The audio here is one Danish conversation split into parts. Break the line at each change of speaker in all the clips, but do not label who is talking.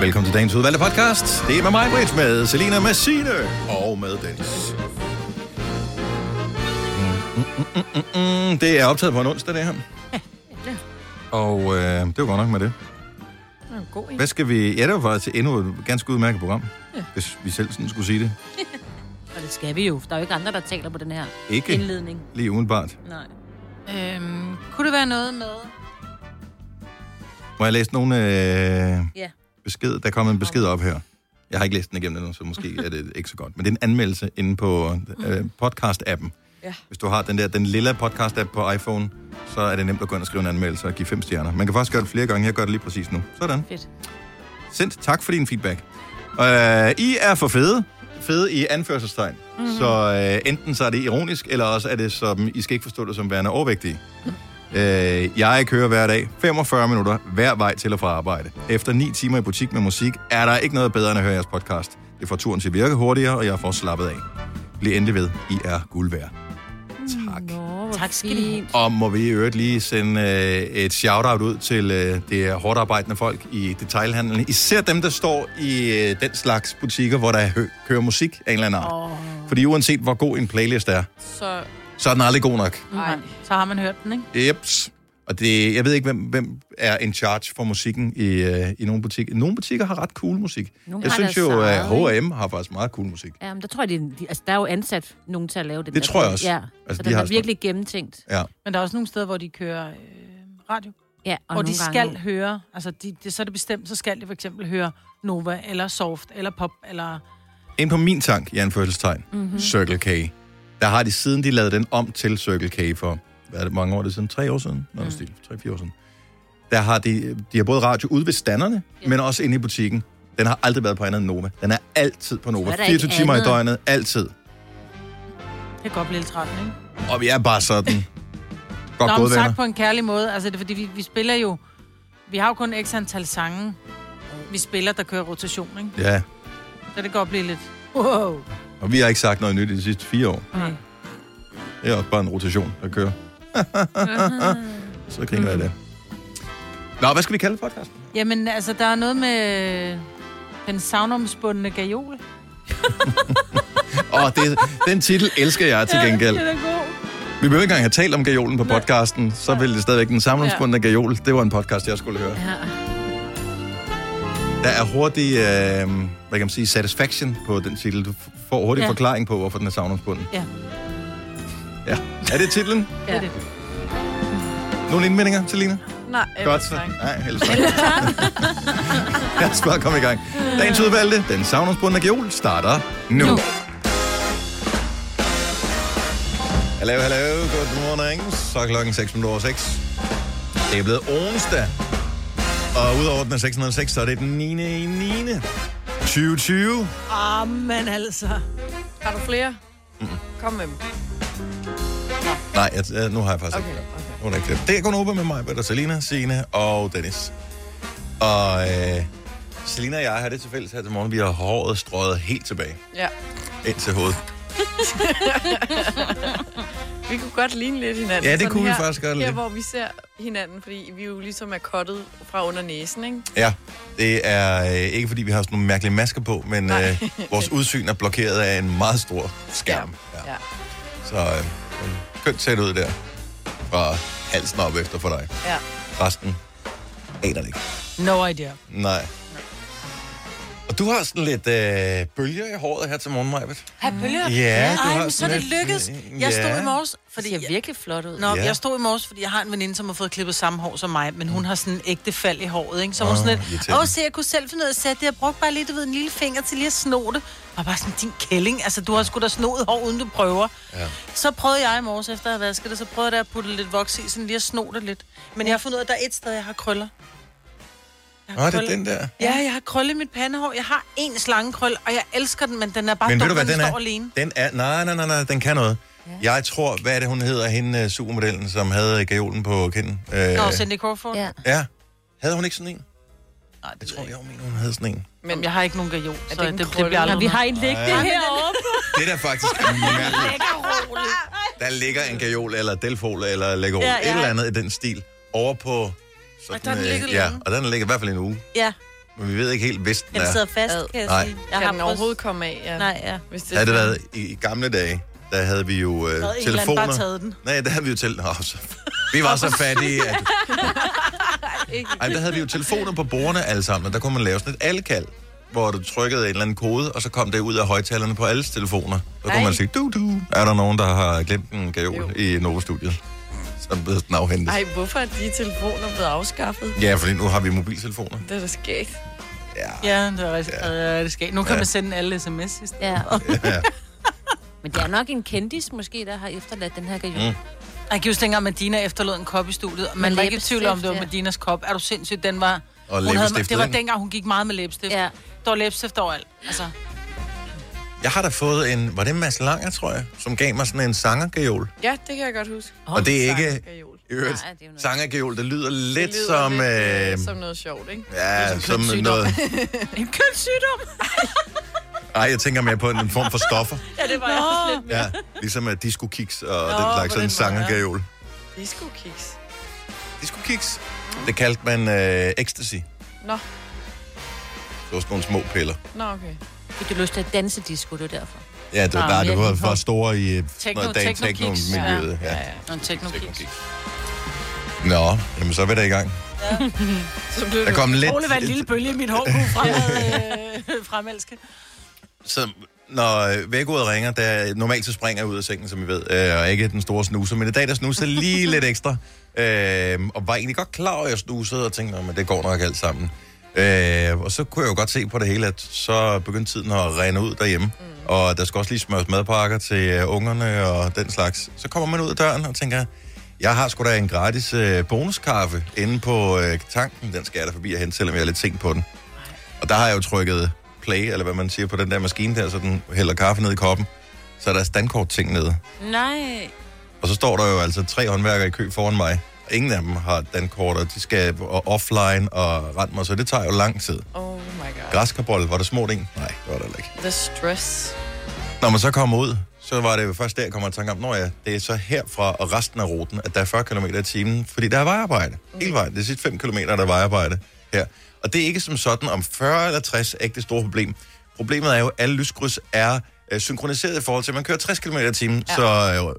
velkommen til dagens udvalgte podcast. Det er med mig, Britt, med Selina Massine og med Dennis. Mm, mm, mm, mm, mm, mm. Det er optaget på en onsdag, det her. Og øh, det var godt nok med det.
Det var en god en.
Hvad skal vi... Ja, det var faktisk endnu et ganske udmærket program, ja. hvis vi selv sådan skulle sige det.
Og det skal vi jo. for Der er jo ikke andre, der taler på den her
Ikke.
indledning.
Lige udenbart.
Nej.
Øhm, kunne det være noget med...
Må jeg læse nogle øh,
Ja.
beskeder? Der kommer en besked op her. Jeg har ikke læst den igennem endnu, så måske er det ikke så godt. Men det er en anmeldelse inde på øh, podcast-appen.
Ja.
Hvis du har den der, den lille podcast-app på iPhone, så er det nemt at gå ind og skrive en anmeldelse og give fem stjerner. Man kan faktisk gøre det flere gange. Jeg gør det lige præcis nu. Sådan.
Fedt.
Sendt. Tak for din feedback. Øh, I er for fede. Fede i anførselstegn. Mm. Så øh, enten så er det ironisk, eller også er det som, I skal ikke forstå det som værende overvægtige. Øh, jeg kører hver dag 45 minutter hver vej til og fra arbejde. Efter 9 timer i butik med musik, er der ikke noget bedre end at høre jeres podcast. Det får turen til at virke hurtigere, og jeg får slappet af. Bliv endelig ved. I er guld værd. Tak.
Nå,
Tak skal I have.
Og må vi i øvrigt lige sende øh, et shout-out ud til øh, det er hårdt arbejdende folk i detailhandlen. Især dem, der står i øh, den slags butikker, hvor der hø- kører musik af en eller anden art.
Åh,
Fordi uanset hvor god en playlist er,
så...
så er den aldrig god nok.
Nej, så har man hørt den, ikke?
Jeps. Og det, jeg ved ikke, hvem, hvem er in charge for musikken i, øh, i nogle butikker. Nogle butikker har ret cool musik.
Nogle
jeg
har
synes
deres
jo, at
eget, ikke?
H&M har faktisk meget cool musik.
Ja, men der tror jeg, det er, de, altså, der er jo ansat nogen til at lave den
Det
der
tror jeg
ting.
også.
Ja,
Altså,
altså,
de
den
har
er
sådan-
virkelig gennemtænkt.
Ja.
Men der er også nogle steder, hvor de kører øh, radio.
Ja, og
Og hvor de
nogle gange-
skal høre, altså de, det, så er det bestemt, så skal de for eksempel høre Nova, eller Soft, eller Pop, eller...
Ind på min tank, i anførselstegn,
Mhm.
mm-hmm. Circle K. Der har de siden, de lavede den om til Circle K for, hvad er det, mange år er det siden? Tre år siden? Nå, mm. stil, tre, fire år siden. Der har de, de har både radio ude ved standerne, yeah. men også inde i butikken. Den har aldrig været på andet end Nova. Den er altid på Nova.
er der ikke
24 timer i
andet.
døgnet, altid.
Det kan godt blive lidt træt, ikke?
Og vi er bare sådan. Godt
Nå, men
gået, venner.
sagt på en kærlig måde. Altså, det er fordi, vi, vi spiller jo... Vi har jo kun x antal sange, vi spiller, der kører rotation, ikke?
Ja,
Så det kan godt blive lidt... Wow.
og vi har ikke sagt noget nyt i de sidste fire år.
Nej.
Det er også bare en rotation, der kører. Så griner
Mhm.
jeg det. Nå, hvad skal vi kalde podcasten?
Jamen, altså, der er noget med den savnomspundne gajol.
Åh, det, den titel elsker jeg til gengæld.
Ja, den er god.
Vi behøver ikke engang have talt om gajolen på podcasten, så ville det stadigvæk den samlungsbundne gajol. Det var en podcast, jeg skulle høre.
Ja.
Der er hurtig, øh, hvad kan man sige, satisfaction på den titel. Du f- får hurtig ja.
Ja.
forklaring på, hvorfor den er savnomsbunden.
Ja.
Ja. Er det titlen?
Ja. Det er det.
Nogle indvendinger til Lina?
Nej,
Godt så. Nej, ellers tak. Lad os bare komme i gang. Dagens udvalgte, den savnomsbundne gajol, starter nu. nu.
Nu.
Hallo, hallo. Good morning. Så er klokken 6 minutter over 6. Det er blevet onsdag. Og udover den er 606, så er det den 9. i 9. 2020.
Ah, men altså.
Har du flere? Kom med dem.
Nej, jeg, jeg- nu har jeg faktisk okay.
Okay,
ikke.
okay.
Hun er ikke det. Det er kun over med mig, Peter, Selina, Signe og Dennis. Og øh, Selina og jeg har det til fælles her til morgen. Vi har håret strøget helt tilbage
Ja.
ind til hovedet.
Vi kunne godt ligne lidt hinanden.
Ja, det
Sådan
kunne vi
her,
faktisk godt
Her,
lidt.
hvor vi ser hinanden, fordi vi jo ligesom er kottet fra under næsen, ikke?
Ja, det er øh, ikke fordi, vi har sådan nogle mærkelige masker på, men
Nej.
øh, vores udsyn er blokeret af en meget stor skærm. Ja.
ja.
Så øh, men kønt sæt ud der. Fra halsen op efter for dig.
ja.
Resten aner det ikke.
No idea.
Nej. Og du har sådan lidt øh, bølger i håret her til morgen, Majbet.
Har bølger?
Ja, du
Ej, men
har
så er
sådan
det
lidt-
lykkedes.
Ja.
Jeg stod i morges,
Det
fordi
ser
jeg,
virkelig flot ud.
Nå,
Ja.
jeg stod i morges, fordi jeg har en veninde, som har fået klippet samme hår som mig, men hun har sådan en ægte fald i håret, ikke? Så var hun
Mm. Åh,
sådan lidt,
irriterende.
åh, se, jeg kunne selv finde ud af at sætte det. Jeg brugte bare lige, du ved, en lille finger til lige at sno det. Og bare sådan, din kælling, altså du har sgu da snoet hår, uden du prøver.
Ja.
Så prøvede jeg i morges, efter at have vasket det, så prøvede jeg at putte lidt voks i, sådan lige at sno det lidt. Men jeg har fundet ud af, at der er et sted, jeg har krøller. Jeg har
Nå, det er
krøller.
den der.
Ja, jeg har krølle i mit pandehår. Jeg har en slangekrøl, og jeg elsker den, men den er bare
Men
dum,
ved du, hvad
når
den
den står
er?
alene.
Den er, nej, nej, nej, nej, den kan noget. Ja. Jeg tror, hvad er det, hun hedder, hende øh, supermodellen, som havde gajolen på kinden? Øh,
Nå, Cindy Crawford.
Ja.
Ja. Havde hun ikke sådan en?
Nej, det
Jeg
ved
tror,
jeg ikke.
jeg mener, hun havde sådan en.
Men jeg har ikke nogen gajol, så
det
det,
en
det, det
krølle?
bliver aldrig
Nå, vi har en liggende
Ej.
herovre.
Det der faktisk er mærkeligt. Der ligger en gajol, eller delfol, eller lægol, ja,
Ja,
ja.
ja.
et eller andet i den stil, over på...
Og der har den
øh,
ligget
ja,
længe.
og den ligger i hvert fald en uge.
Ja,
Men vi ved ikke helt, hvis den
Den
er.
sidder fast,
Ad.
kan jeg
Nej.
sige. Jeg
Jeg kan den
prøvet-
overhovedet komme af? Ja.
Nej, ja.
Hvis det
Havde det været i, i gamle dage, der havde vi jo øh,
Så havde en eller anden
telefoner.
bare taget den.
Nej, der havde vi jo til... Oh, så... Vi var så fattige, at... Ej, der havde vi jo telefoner på bordene alle sammen, og der kunne man lave sådan et alkald, hvor du trykkede en eller anden kode, og så kom det ud af højtalerne på alles telefoner. Så kunne
Ej.
man sige, du, du, er der nogen, der har glemt en gave i Nova-studiet? Så blev den afhentet.
Ej, hvorfor er de telefoner blevet afskaffet?
Ja, fordi nu har vi mobiltelefoner.
Det er da skægt.
Ja.
Ja, det var rigtig ja. det skal. Nu kan man sende alle sms i stedet.
Ja.
ja.
Men det er nok en kendis måske, der har efterladt den her gave. Mm.
Jeg kan huske dengang, Medina efterlod en kop i studiet. og Man
Med
var ikke i tvivl om, det var
læbestift, ja.
Medinas kop. Er du sindssyg? Den var...
Og
havde,
læbestiftet,
det var
ikke?
dengang, hun gik meget med læbestift.
Ja.
Der var læbestift overalt. Altså,
Jeg har da fået en... Var det Mads Langer, tror jeg? Som gav mig sådan en sangergejol.
Ja, det kan jeg godt huske.
Og det er ikke...
Sangergejol.
I øvrigt,
Nej, det er jo noget-
sangergejol, det lyder lidt
Det
det
lyder
som...
lidt,
øh,
som noget sjovt, ikke?
Ja, som
kønssygdom.
noget...
en kønssygdom.
Ej, jeg tænker mere på en form for stoffer.
Ja, det var jeg også lidt.
Ja, ligesom at disco kicks og Nå,
på
den
den
slags sådan
måde,
en sangergajol.
Disco kiks.
Disco kicks. Det kaldte man øh, ecstasy.
Nå,
Det var sådan nogle små piller.
nå okay.
Fik du lyst til at danse disco, det er derfor.
Ja, det var,
Ah,
der, det
jeg
var,
kan
var
komme-
store i øh,
Techno-
noget dag
techno
techno
kicks.
miljøet ja.
Ja,
ja.
ja.
Nå, en
Techno
teknologi.
kicks. Nå, jamen så er vi da i gang.
Så blev
Der kom lidt...
Ole var en lille bølge i mit hår, kunne fremad, øh, fremelske.
Så når øh, vækkeuret ringer, der normalt så springer jeg ud af sengen, som I ved, øh, og ikke den store snuser, men i dag der snusede jeg lige lidt ekstra, øh, og var egentlig godt klar over, at jeg snusede, og tænkte, "Nå, men det går nok alt sammen. Øh, og så kunne jeg jo godt se på det hele, at så begyndte tiden at rene ud derhjemme, mm. og der skal også lige smøres madpakker til øh, ungerne og den slags. Så kommer man ud af døren og tænker, jeg har sgu da en gratis øh, bonuskaffe inde på øh, tanken, den skal jeg da forbi og hente, selvom jeg er lidt sent på den. Og der har jeg jo trykket play, eller hvad man siger, på den der maskine der, så den hælder kaffe ned i koppen. Så er der standkort-ting nede.
Nej.
Og så står der jo altså tre håndværkere i kø foran mig. Og ingen af dem har dankort, og de skal og offline og rent mig, så det tager jo lang tid.
Oh my god.
Græskarbold, var der smurt en? Nej, det var der heller ikke.
The stress.
Når man så kommer ud, så var det jo først der, jeg kommer i tanke om, når ja, det er så herfra og resten af ruten, at der er 40 km i timen, fordi der er vejarbejde. Hele vejen. Det er sidste 5 km, der er vejarbejde her. Og det er ikke som sådan, om 40 eller 60 er ikke det store problem. Problemet er jo, at alle lyskryds er øh, synkroniseret i forhold til, at man kører 60 km i timen, ja. så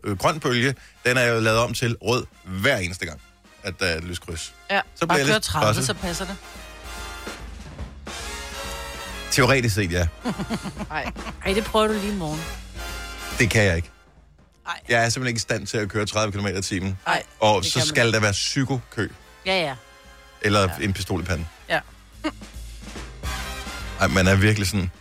øh, øh, grøn bølge, den er jo lavet om til rød hver eneste gang, at der er et lyskryds.
Ja.
Så bliver
Bare
jeg
køre
lidt
30,
presset.
så passer det.
Teoretisk set, ja.
Ej.
Ej, det prøver du lige i morgen.
Det kan jeg ikke.
Ej.
Jeg er simpelthen ikke i stand til at køre 30 km i timen.
Ej.
Og
det
så
kan man
skal der være psykokø.
Ja, ja.
Eller ja. en pistol i panden.
Ja.
Ej, man er virkelig sådan,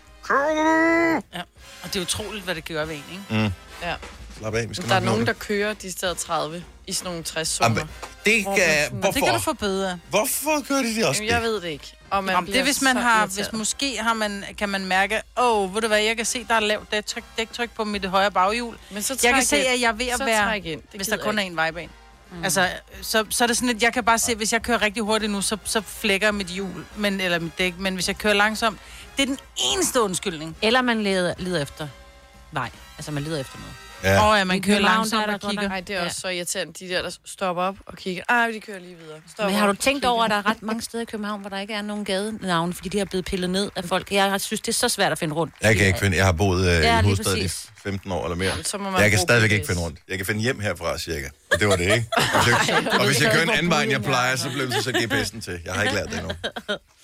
Og det er utroligt, hvad det gør ved en, ikke?
Ja.
slap af, Mm. vi skal
Der er
nok nå
nogen, der
det.
kører de steder 30 i sådan nogle 60
Jamen,
zoner.
det kan,
Hvorfor?
hvorfor?
Det kan du få bøde af.
Hvorfor gør de det også
Jamen, jeg
det?
ved det ikke. Og man
Jamen, det er,
bliver
hvis man
så
har,
irriteret.
hvis måske har man, kan man mærke, åh, oh, ved du hvad, jeg kan se, der er lavt dæktryk, dæktryk på mit højre baghjul.
Men så
Jeg
træk
kan se,
ind.
at jeg er ved at
så
være-
Træk ind. Det
hvis der
gider
kun
jeg
er en vejbane. Mm. Altså, så, så er det sådan lidt, jeg kan bare se, hvis jeg kører rigtig hurtigt nu, så, så flækker mit hjul, men, eller mit dæk, men hvis jeg kører langsomt, det er den eneste undskyldning.
Eller man leder, leder efter vej. Altså, man leder efter noget.
Ja.
Åh ja. man
I
kører
København,
langsomt
der er
og
der godt
kigger.
nok-
Nej, det er
Ja.
også så irriterende, de der, der stopper op og kigger. Ej, de kører lige videre. Stop
Men har du tænkt over, at der er ret mange steder i København, hvor der ikke er nogen gadenavne, fordi de er blevet pillet ned af folk? Jeg synes, det er så svært at finde rundt.
Jeg kan ikke finde, jeg har boet øh,
Ja,
i
lige
hovedstaden i
præcis.
15 år eller mere.
Jamen, så må man
Jeg kan
bruge
stadigvæk
GPS.
ikke finde rundt. Jeg kan finde hjem herfra, cirka. Og det var det, ikke? Og hvis jeg, og hvis jeg kører en anden vej, end jeg plejer, så bliver det så GPS'en til. Jeg har ikke lært det endnu.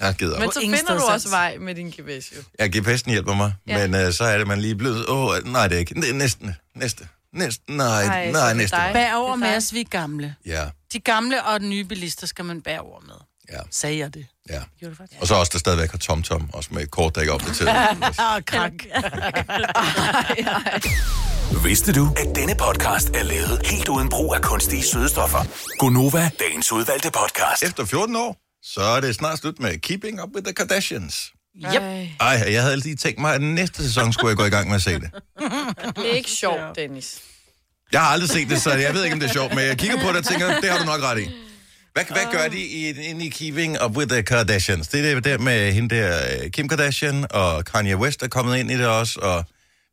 Jeg gider op.
Men så
Ingen
finder du
sted
også
sans.
vej med din GPS, jo.
Ja, GPS'en hjælper mig, ja.
Ja.
men øh, så er det, man lige blevet... Åh, oh, nej, det er ikke. Det er næsten. Næste. Næsten. Nej,
Ej,
Ej,
så er
nej,
det
næste.
dig.
Bær over
Det er
med
dig.
os, vi er gamle.
Ja,
De gamle og de nye bilister skal man bære over med.
ja,
Sagde jeg det.
ja.
Gjorde du faktisk?
Og så også, der stadigvæk har TomTom, også med et kort, der ikke er opdateret.
Ah, krak.
Vidste du, at denne podcast er lavet helt uden brug af kunstige sødestoffer? Gonova, dagens udvalgte podcast.
Efter 14 år, så er det snart slut med Keeping Up With The Kardashians.
Yep.
Ej,
Ej, jeg havde altid tænkt mig, at næste sæson skulle jeg gå i gang med at se det.
det er ikke sjovt, Dennis.
Jeg har aldrig set det, så jeg ved ikke, om det er sjovt, men jeg kigger på det og tænker, det har du nok ret i. Hvad, hvad gør de i, inde i Keeping Up With The Kardashians? Det er det der med hende der, øh, Kim Kardashian, og Kanye West er kommet ind i det også, og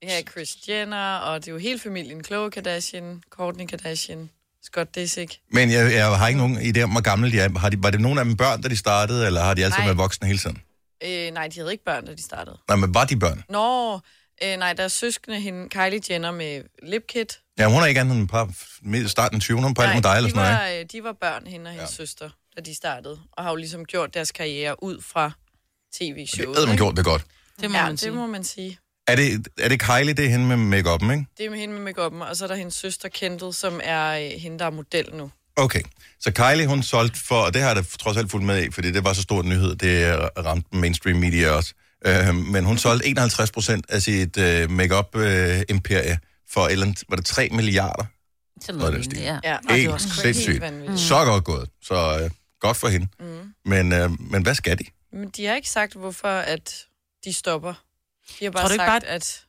Ja, Chris Jenner, og det er jo hele familien. Khloe Kardashian, Kourtney Kardashian, Scott Disick.
Men jeg, jeg har ikke nogen idé om, hvor gamle de er. Har de, var det nogen af dem børn, da de startede, eller har de altid
Nej.
været voksne hele tiden?
Øh, nej, de havde ikke børn, da de startede.
Nej, men var de børn?
Nå, øh, nej, deres søskende, hende, Kylie Jenner med lipkit.
Ja, hun er ikke andet end en par, midt i starten 20, hun er på alder med dig eller
de
sådan noget.
var, øh, de var børn, hende og hendes ja. søster, da de startede. Og har jo ligesom gjort deres karriere ud fra tv-showet.
ikke? Havde man
ikke?
gjort det godt.
Det må
Ja,
man
det
sige.
må man sige.
Er det, er det Kylie, det er hende med make-up'en, ikke?
Det er med hende med make og så er der hendes søster Kendall, som er øh, hende, der er model nu.
Okay, så Kylie, hun solgte for, og det har jeg da trods alt fulgt med i, fordi det var så stor en nyhed, det øh, ramte mainstream media også. Øh, men hun solgte 51 procent af sit øh, make-up øh, imperie for et eller andet, var det 3 milliarder?
Sådan
Nå,
noget. lignende,
det er Mm. stil.
ja.
Ja,
Ej,
er
Ikke
også
sindssygt.
helt vanvittigt.
Så godt gået, så øh, godt for hende.
Mm.
Men, øh, men hvad skal de?
Men de har ikke sagt, hvorfor at de stopper. De har
Tror
bare
du ikke
sagt,
bare,
bare... at...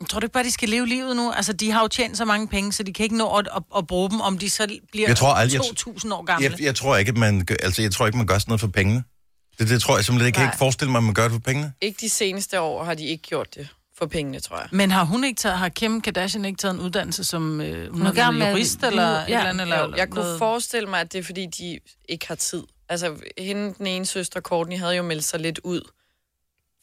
Men Tror du ikke bare, de skal leve livet nu? Altså, de har jo tjent så mange penge, så de kan ikke nå at, at, at bruge dem, om de så bliver
Jeg tror aldrig, jeg-
2.000 år gamle.
Jeg, jeg, tror ikke, at man, gør- altså, jeg tror ikke, man gør sådan noget for pengene. Det, det tror jeg simpelthen ikke. Jeg kan
Nej.
ikke forestille mig, at man gør det for pengene.
Ikke de seneste år har de ikke gjort det for pengene, tror jeg.
Men har hun ikke taget, har Kim Kardashian ikke taget en uddannelse som øh, hun er
gerne
gammel
med-
jurist eller
Ja.
ja. et eller andet? Eller
Jo, jeg kunne
noget?
forestille mig, at det er, fordi de ikke har tid. Altså, hende, den ene søster, Courtney, havde jo meldt sig lidt ud,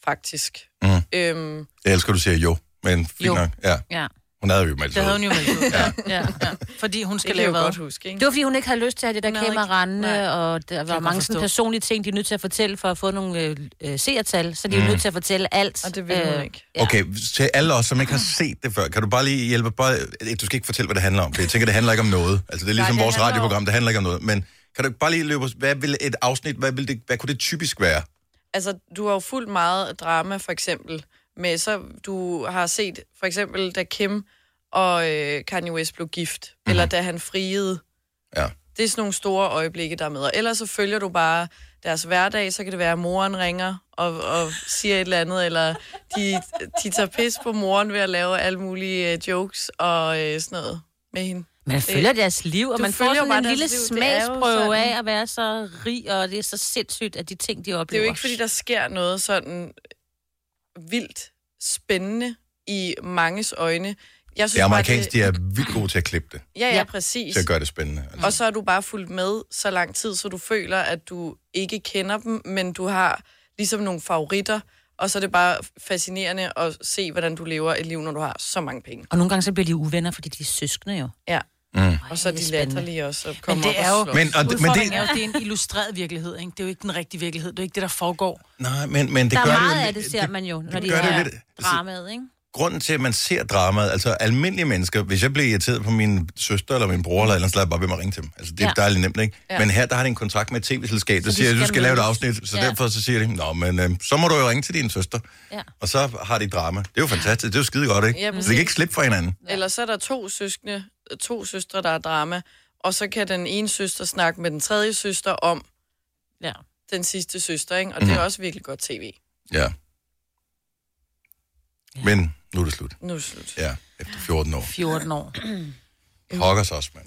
faktisk.
Mm.
Øhm,
Jeg elsker, at du siger jo, men fint
Jo.
nok. Ja,
ja.
hun havde jo meldt
Det
sig
havde
ud.
hun jo meldt ud.
Ja.
ja.
ja.
ja. Fordi hun skal
det kan jeg
lave
jo
hvad?
godt huske, ikke?
Det var, fordi hun ikke havde lyst til at have det
Hun
der
havde ikke-
kamerarende, og der var
godt
mange
forstå.
sådan personlige ting, de er nødt til at fortælle for at få nogle øh, øh, seertal, så de
Mm.
er jo nødt til at fortælle alt. øh,
Og det ville hun ikke.
Ja.
Okay, til alle os, som ikke har set det før, kan du bare lige hjælpe? Bare, du skal ikke fortælle, hvad det handler om, for jeg tænker, det handler ikke om noget. Altså, det er ligesom
det
vores
handler om-
radioprogram, det handler ikke om noget. Men kan du ikke bare lige løbe os, hvad vil et afsnit, hvad, vil det, hvad kunne det typisk være?
altså, du har jo fuldt meget drama, for eksempel. Med, så du har set, for eksempel, da Kim og øh, Kanye West blev gift, mm. eller da han friede.
Ja.
Det er sådan nogle store øjeblikke, der er med. Og ellers så følger du bare deres hverdag, så kan det være, at moren ringer og, og siger et eller andet, eller de, de tager pis på moren ved at lave alle mulige øh, jokes og øh, sådan noget med hende.
Man følger deres liv, og
Du
man får
følger
sådan
bare
en
deres
lille
liv. Det er jo
smagsprøve
sådan.
af at være så rig, og det er så sindssygt, at de ting, de
Det er
oplever.
jo ikke, fordi der sker noget sådan vildt spændende i manges øjne. Jeg
Det
synes
amerikanske, de
bare,
er vildt gode til at klippe det,
det, ja,
Ja.
ja, præcis.
til at gøre det spændende. Altså.
Og så er du bare fulgt med så lang tid, så du føler, at du ikke kender dem, men du har ligesom nogle favoritter, og så er det bare fascinerende at se, hvordan du lever et liv, når du har så mange penge.
Og nogle gange så bliver de uvenner, fordi de er søskende jo.
Ja,
Mm.
Ej,
og så er
det
de
spændende.
latterlige også. Og
Men
kommer
det
op
er
og
jo,
slås.
Men- og det- men det-
udfordringen er jo, det er en illustreret virkelighed, ikke? Det er jo ikke den rigtige virkelighed. Det er jo ikke det, der foregår.
Nej, men, men det
Der
gør
er meget
det, jo-
af det, ser man jo, når
det
de
gør det
er
lidt- altså-
dramaet, ikke?
grunden til, at man ser dramaet, altså almindelige mennesker, hvis jeg bliver irriteret på min søster eller min bror eller et eller andet, så lader jeg bare ved med at ringe til dem. Altså, det er
Ja.
ja. dejligt nemt, ikke? Ja. Men her, der har de en kontrakt med et tv-selskab, der
de
siger, at du
skal
skal lave et
mødes.
afsnit, så
Ja.
ja. derfor så siger de, nå, men øh, så må du jo ringe til din søster.
Ja.
Og så har de drama. Det er jo fantastisk, det er jo skide godt, ikke?
Ja,
så de
præcis.
kan ikke slippe fra hinanden.
Eller så er der to søskende, to søstre, der er drama, og så kan den ene søster snakke med den tredje søster om
Ja.
den sidste søster, ikke? og det er også virkelig godt tv.
Ja. Men nu er det slut.
Nu er det slut.
Ja, efter 14 år.
14 år.
Pokker sig også, mand.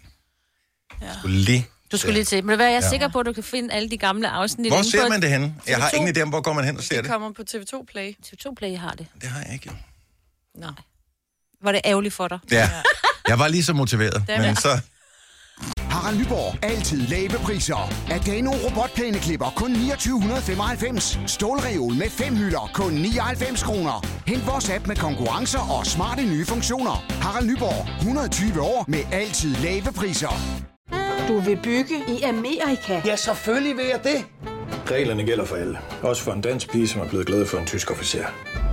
Ja. Skulle lige...
Du skulle
Ja.
lige til. Men hvad, jeg er sikker på, at du kan finde alle de gamle afsnit.
Hvor
inde
ser
på
man det henne? Jeg har
TV2.
ingen idé om, hvor går man hen og ser
Det
det.
kommer på TV2 Play.
TV2 Play har det.
Det har jeg ikke, jo.
Nå.
Var det ærgerligt for dig?
Ja. Jeg var lige så motiveret, men så...
Harald Nyborg. Altid lave priser. Adano robotplæneklipper kun 2995. Stålreol med fem hylder kun 99 kroner. Hent vores app med konkurrencer og smarte nye funktioner. Harald Nyborg. 120 år med altid lave priser.
Du vil bygge i Amerika?
Ja, selvfølgelig vil jeg det.
Reglerne gælder for alle. Også for en dansk pige, som er blevet glad for en tysk officer.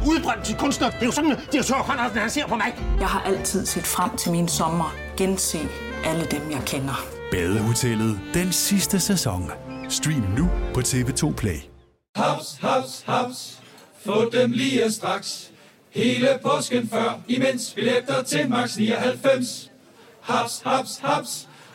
Udbrøndt til kunstner. Det er jo sådan, at de har tørt, han ser på mig.
Jeg har altid set frem til min sommer. Gense alle dem, jeg kender.
Badehotellet den sidste sæson. Stream nu på TV2 Play.
Haps, haps, haps. Få dem lige straks. Hele påsken før, imens billetter til max 99. Haps, haps, haps.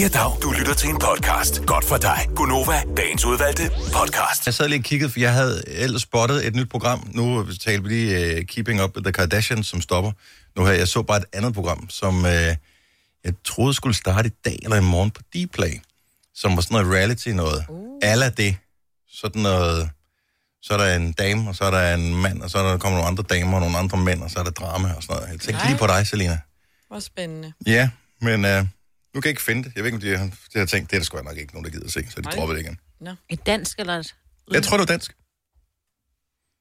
Ja, dag. Du lytter til en podcast. Godt for dig. Gunova, dagens udvalgte podcast.
Jeg sad lige og kiggede, for jeg havde ellers spottet et nyt program. Nu talte vi lige uh, Keeping Up with the Kardashians, som stopper. Nu her, jeg så bare et andet program, som uh, jeg troede skulle starte i dag eller i morgen på Dplay, som var sådan noget reality noget. Uh. Alla det. Sådan noget... Så er der en dame, og så er der en mand, og så er der, kommer nogle andre damer og nogle andre mænd, og så er der drama og sådan noget. Jeg tænkte
Nej.
lige på dig, Selina.
Hvor spændende.
Ja, men øh, nu kan jeg ikke finde det. Jeg ved ikke, om de har, de har tænkt, det er der sgu nok ikke nogen, der gider at se, så de
Nej.
dropper det igen.
No. Et dansk eller et...
Jeg tror, det var dansk.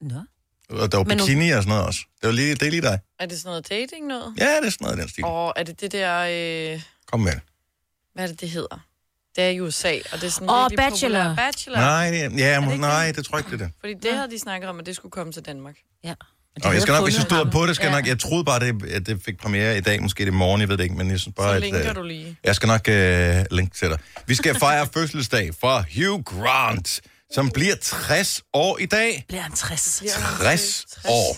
Nå.
Og der var
Men nu-
bikini og sådan noget også. Det, var lige, det er lige dig.
Er det sådan noget dating noget?
Ja, det er sådan noget i den stil.
Og er det det der, øh,
Kom med det.
hvad er det, det hedder? Det er i USA, og det er sådan
Åh,
virkelig
Bachelor.
populært. Bachelor.
Nej, det, ja,
det
det
ikke
nej, det tror jeg ikke, det er det.
Fordi det havde de snakket om, at det skulle komme til Danmark.
Ja.
Nå, jeg skal nok, hvis jeg stod
programmet.
på det, skal jeg
Ja.
nok, jeg troede bare, det, at det fik premiere i dag, måske det er i morgen, jeg ved det ikke, men jeg synes bare,
Så
at,
linker
øh,
du lige.
jeg skal nok øh, linke til dig. Vi skal fejre fødselsdag for Hugh Grant, som bliver 60 år i dag.
Bliver han 60?
60 år.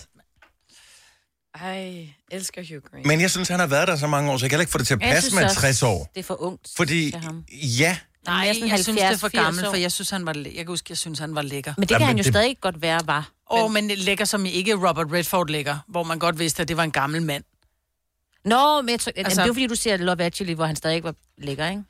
Ej, elsker Hugh Grant.
Men jeg synes, han har været der så mange år, så jeg kan heller ikke få det til at passe med 60 år.
Det er for ungt.
Fordi,
til ham.
ja,
Nej,
jeg er
jeg,
sådan
jeg synes, det er for
70-80
gammelt,
år.
for jeg synes, han var læ- jeg kan huske, jeg synes, han var lækker.
Men det kan Ja, men han jo det- stadig godt være, var.
Åh, oh, men lækker som i ikke Robert Redford lækker, hvor man godt vidste, at det var en gammel mand.
Nå, men jeg tror, altså...
Altså-
det er jo fordi, du ser Love Actually, hvor han stadig ikke var lækker, ikke?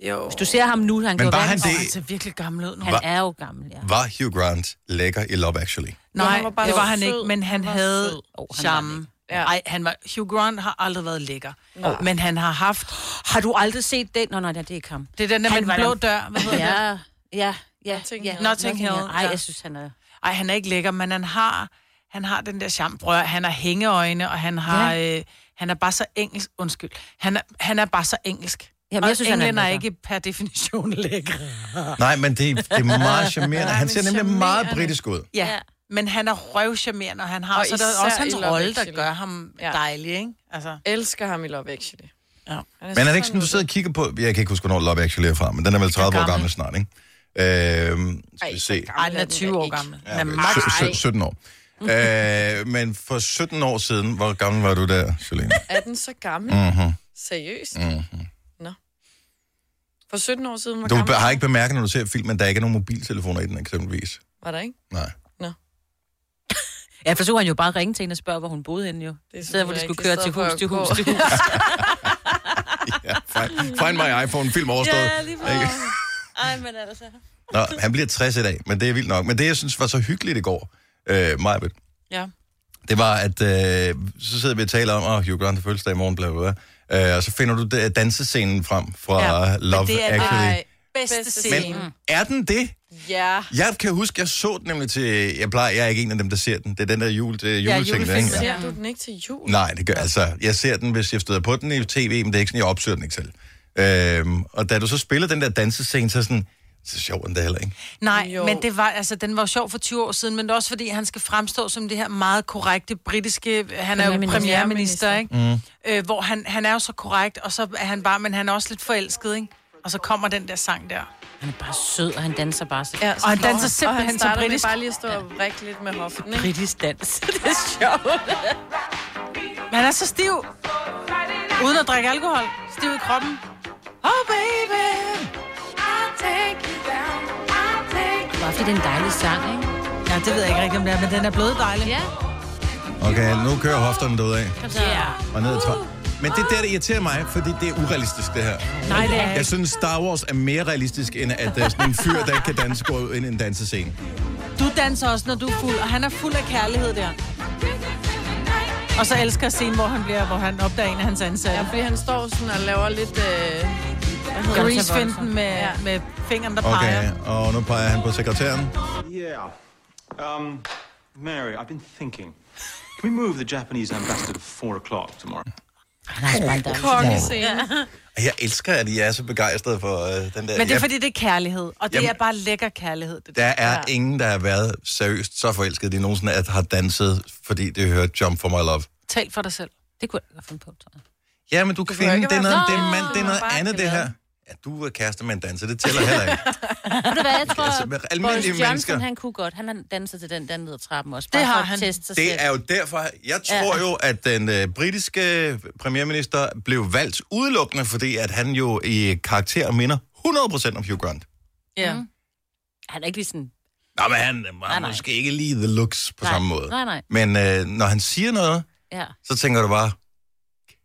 Jo.
Hvis du ser ham nu, han
Men
går
var
hverken-
han det-
Åh,
ser virkelig gammel ud nu.
Han
Var-
er jo gammel, ja.
var Hugh Grant lækker i Love Actually?
Nej,
han var
var
bare
det var
sød.
han ikke, men han,
Han var sød.
havde
oh,
han var
charme.
Ja.
Nej, han var... Hugh Grant har aldrig været lækker.
Nej.
Men han har haft...
Har du aldrig set den? Nå, nej, det er ikke ham.
Det er den der
Han
med den
var
blå
den-
dør. Hvad hedder
Ja,
den?
ja, ja. ja.
Notting Hill.
Ej,
ja.
jeg synes, han er...
Ej, han er ikke lækker, men han har, han har den der charme. Prøv, at høre, han har hængeøjne, og han har... Ja. Øh, han er bare så engelsk. Undskyld. Han er, han er bare så engelsk.
Jamen,
og
jeg synes, han er
englænder er
lækker.
ikke per definition lækker.
Nej, men det, det er meget charmerende. Han ser nemlig meget britisk ud.
Ja. ja. Men han er røvcharmerende, og han har...
Og
Og så er der
især
er også hans
i Love
rolle, der
Actually.
gør ham ja. dejlig, ikke? Altså.
Elsker ham i Love Actually.
Ja.
Men er det ikke sådan, du sidder og kigger på... Jeg kan ikke huske, hvornår Love Actually er fra, men den er vel 30 år gammel snart, ikke? Øhm, skal vi se.
Ej, den er 20 år gammel. Den er max.
Sy- sy- 17 år. øh, men for 17 år siden, hvor gammel var du der, Selene?
Er den så gammel?
Mhm.
Seriøst?
Mhm.
Nå. For 17 år siden var
Du
gammel.
be- har ikke bemærket, når du ser filmen, at der ikke er nogen mobiltelefoner i den, eksempelvis.
Var der ikke?
Nej.
Ja, for så kunne han jo bare ringe til hende og spørge, hvor hun boede henne jo. Det er stedet, hvor de skulle køre til hus, til hus, til hus.
Ja, find, find my iPhone, film overstået. Ikke?
Ej, men altså...
Nå, han bliver 60 i dag, men det er vildt nok. Men det, jeg synes var så hyggeligt i går, øh, Majbet,
Ja.
det var, at øh, så sidder vi og taler om, at oh, Hugh Grant har fødselsdag i morgen, bla, bla, bla. Øh, og så finder du det- dansescenen frem fra ja, Love
det er
Actually.
Ej, bedste scene.
Men er den det?
Ja.
Jeg kan huske, jeg så den nemlig til... Jeg, plejer, jeg er ikke en af dem, der ser den. Det er den der jul, det er
Ja,
juleting, der,
julefilm.
ikke?
Ser du den ikke til jul?
Nej, det gør altså. Jeg ser den, hvis jeg støder på den i tv, men det er ikke sådan, jeg opsøger den ikke selv. Øhm, og da du så spiller den der dansescene, så er sådan... Så sjov den der heller ikke.
Nej, jo. men det var, altså, den var jo sjov for 20 år siden, men det er også fordi, han skal fremstå som det her meget korrekte britiske... Han er jo
Premierminister.
premierminister, ikke?
Mm.
Øh, hvor han, han er jo så korrekt, og så er han bare... Men han er også lidt forelsket, ikke? Og så kommer den der sang der.
Han er bare sød, og han danser bare så...
Ja, og han danser
og han
simpelthen så
starter med
britisk.
bare lige at stå og vrikke lidt med hoften, ikke?
Britisk dans. det er sjovt.
Men han er så stiv. Uden at drikke alkohol. Stiv i kroppen. Oh, baby.
Bare fordi det er en dejlig sang, ikke?
Ja, det ved jeg ikke rigtig, om det er, men den er blevet dejlig.
Ja.
Okay, nu kører hofterne derudad.
Kom
Altså,
så. Yeah.
Og ned ad trappen. Men det er der, der irriterer mig, fordi det er urealistisk, det her.
Nej, det er ikke.
Jeg synes, Star Wars er mere realistisk, end at der er sådan en fyr, der ikke kan danse, går ind i en dansescene.
Du danser også, når du er fuld, og han er fuld af kærlighed der. Og så elsker jeg scenen, hvor han, bliver, hvor han opdager en af hans ansatte.
Ja, fordi han står sådan og laver lidt... Øh, hvad hedder det?
Grease-finten med, med fingeren, der peger.
Okay, og nu peger han på sekretæren.
Yeah. Um, Mary, I've been thinking. Can we move the Japanese ambassador to four o'clock tomorrow?
Kongescene.
Og Jeg elsker, at I er så begejstrede for øh, den der.
Men det er
Jeg-
fordi, det er kærlighed, og det
Jamen-
er bare lækker kærlighed. Det
Der er ingen, der har været seriøst så forelsket, de nogensinde at har danset, fordi det hører Jump for My Love.
Tal for dig selv.
Det kunne jeg godt finde på, tror jeg.
Ja, men du er
behøver
kvinde,
ikke
det er
være
noget,
sådan.
det er
Nå,
mand, det er noget
bare
andet, det her. Ja, du er kæreste med en danser, det tæller heller ikke.
Ved du hvad, jeg tror,
Altså, med almindelige
Boris Johnson,
mennesker.
han kunne godt. Han har danset til den der ned ad trappen også.
Det
Bare
har
for at
han.
Teste sig selv.
Det er jo derfor, jeg tror
Ja.
jo, at den øh, britiske premierminister blev valgt udelukkende, fordi at han jo i karakter minder 100% om Hugh Grant.
Ja.
Mm. Han er ikke lige sådan...
Nå, men han
Nej,
har
nej.
måske ikke lige the looks på
Nej.
samme måde.
Nej, nej.
Men øh, når han siger noget,
Ja.
så tænker du bare,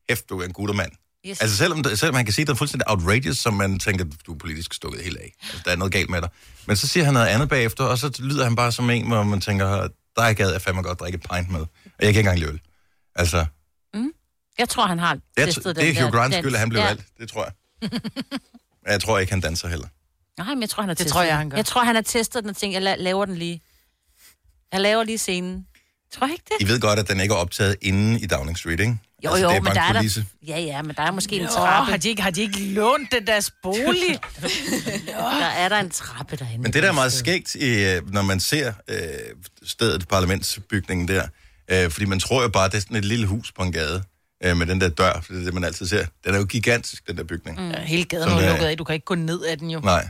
kæft, du er en guttermand.
Yes.
Yes. Altså selvom, det- selvom han kan sige, at det er fuldstændig outrageous, som man tænker, du er politisk stukket helt af. Altså, der er noget galt med dig. Men så siger han noget andet bagefter, og så lyder han bare som en, hvor man tænker, der gad jeg fandme godt drikke et pint med. Og jeg kan ikke engang lide øl. Altså,
Mm. Jeg tror, han har
jeg
testet
t-
den
det er
der
Hugh Grants
dans.
skyld, at han blev
Ja.
valgt. Det tror jeg. Men jeg tror ikke, han danser heller.
Nej, men jeg tror, han har
Det
testet
tror jeg,
den.
han gør.
Jeg tror, han har testet den og tænkt, jeg la- laver den lige. Jeg laver lige scenen. Tror jeg ikke det?
I ved godt, at den ikke er optaget inde i Downing Street, ikke?
Jo,
altså,
jo,
det er
men
bare
der
en
er
kulisse.
der... Ja, ja, men der er måske en
Nå,
trappe.
har de ikke, har de ikke lånt den deres bolig?
Der er der en trappe derinde.
Men det, der er meget skægt, øh, når man ser øh, stedet, parlamentsbygningen der, øh, fordi man tror jo bare, det er sådan et lille hus på en gade øh, med den der dør, for det er det, man altid ser. Den er jo gigantisk, den der bygning.
Mm. Hele gaden
Sådan
er
der-
lukket af. Du kan ikke gå ned ad den jo.
Nej.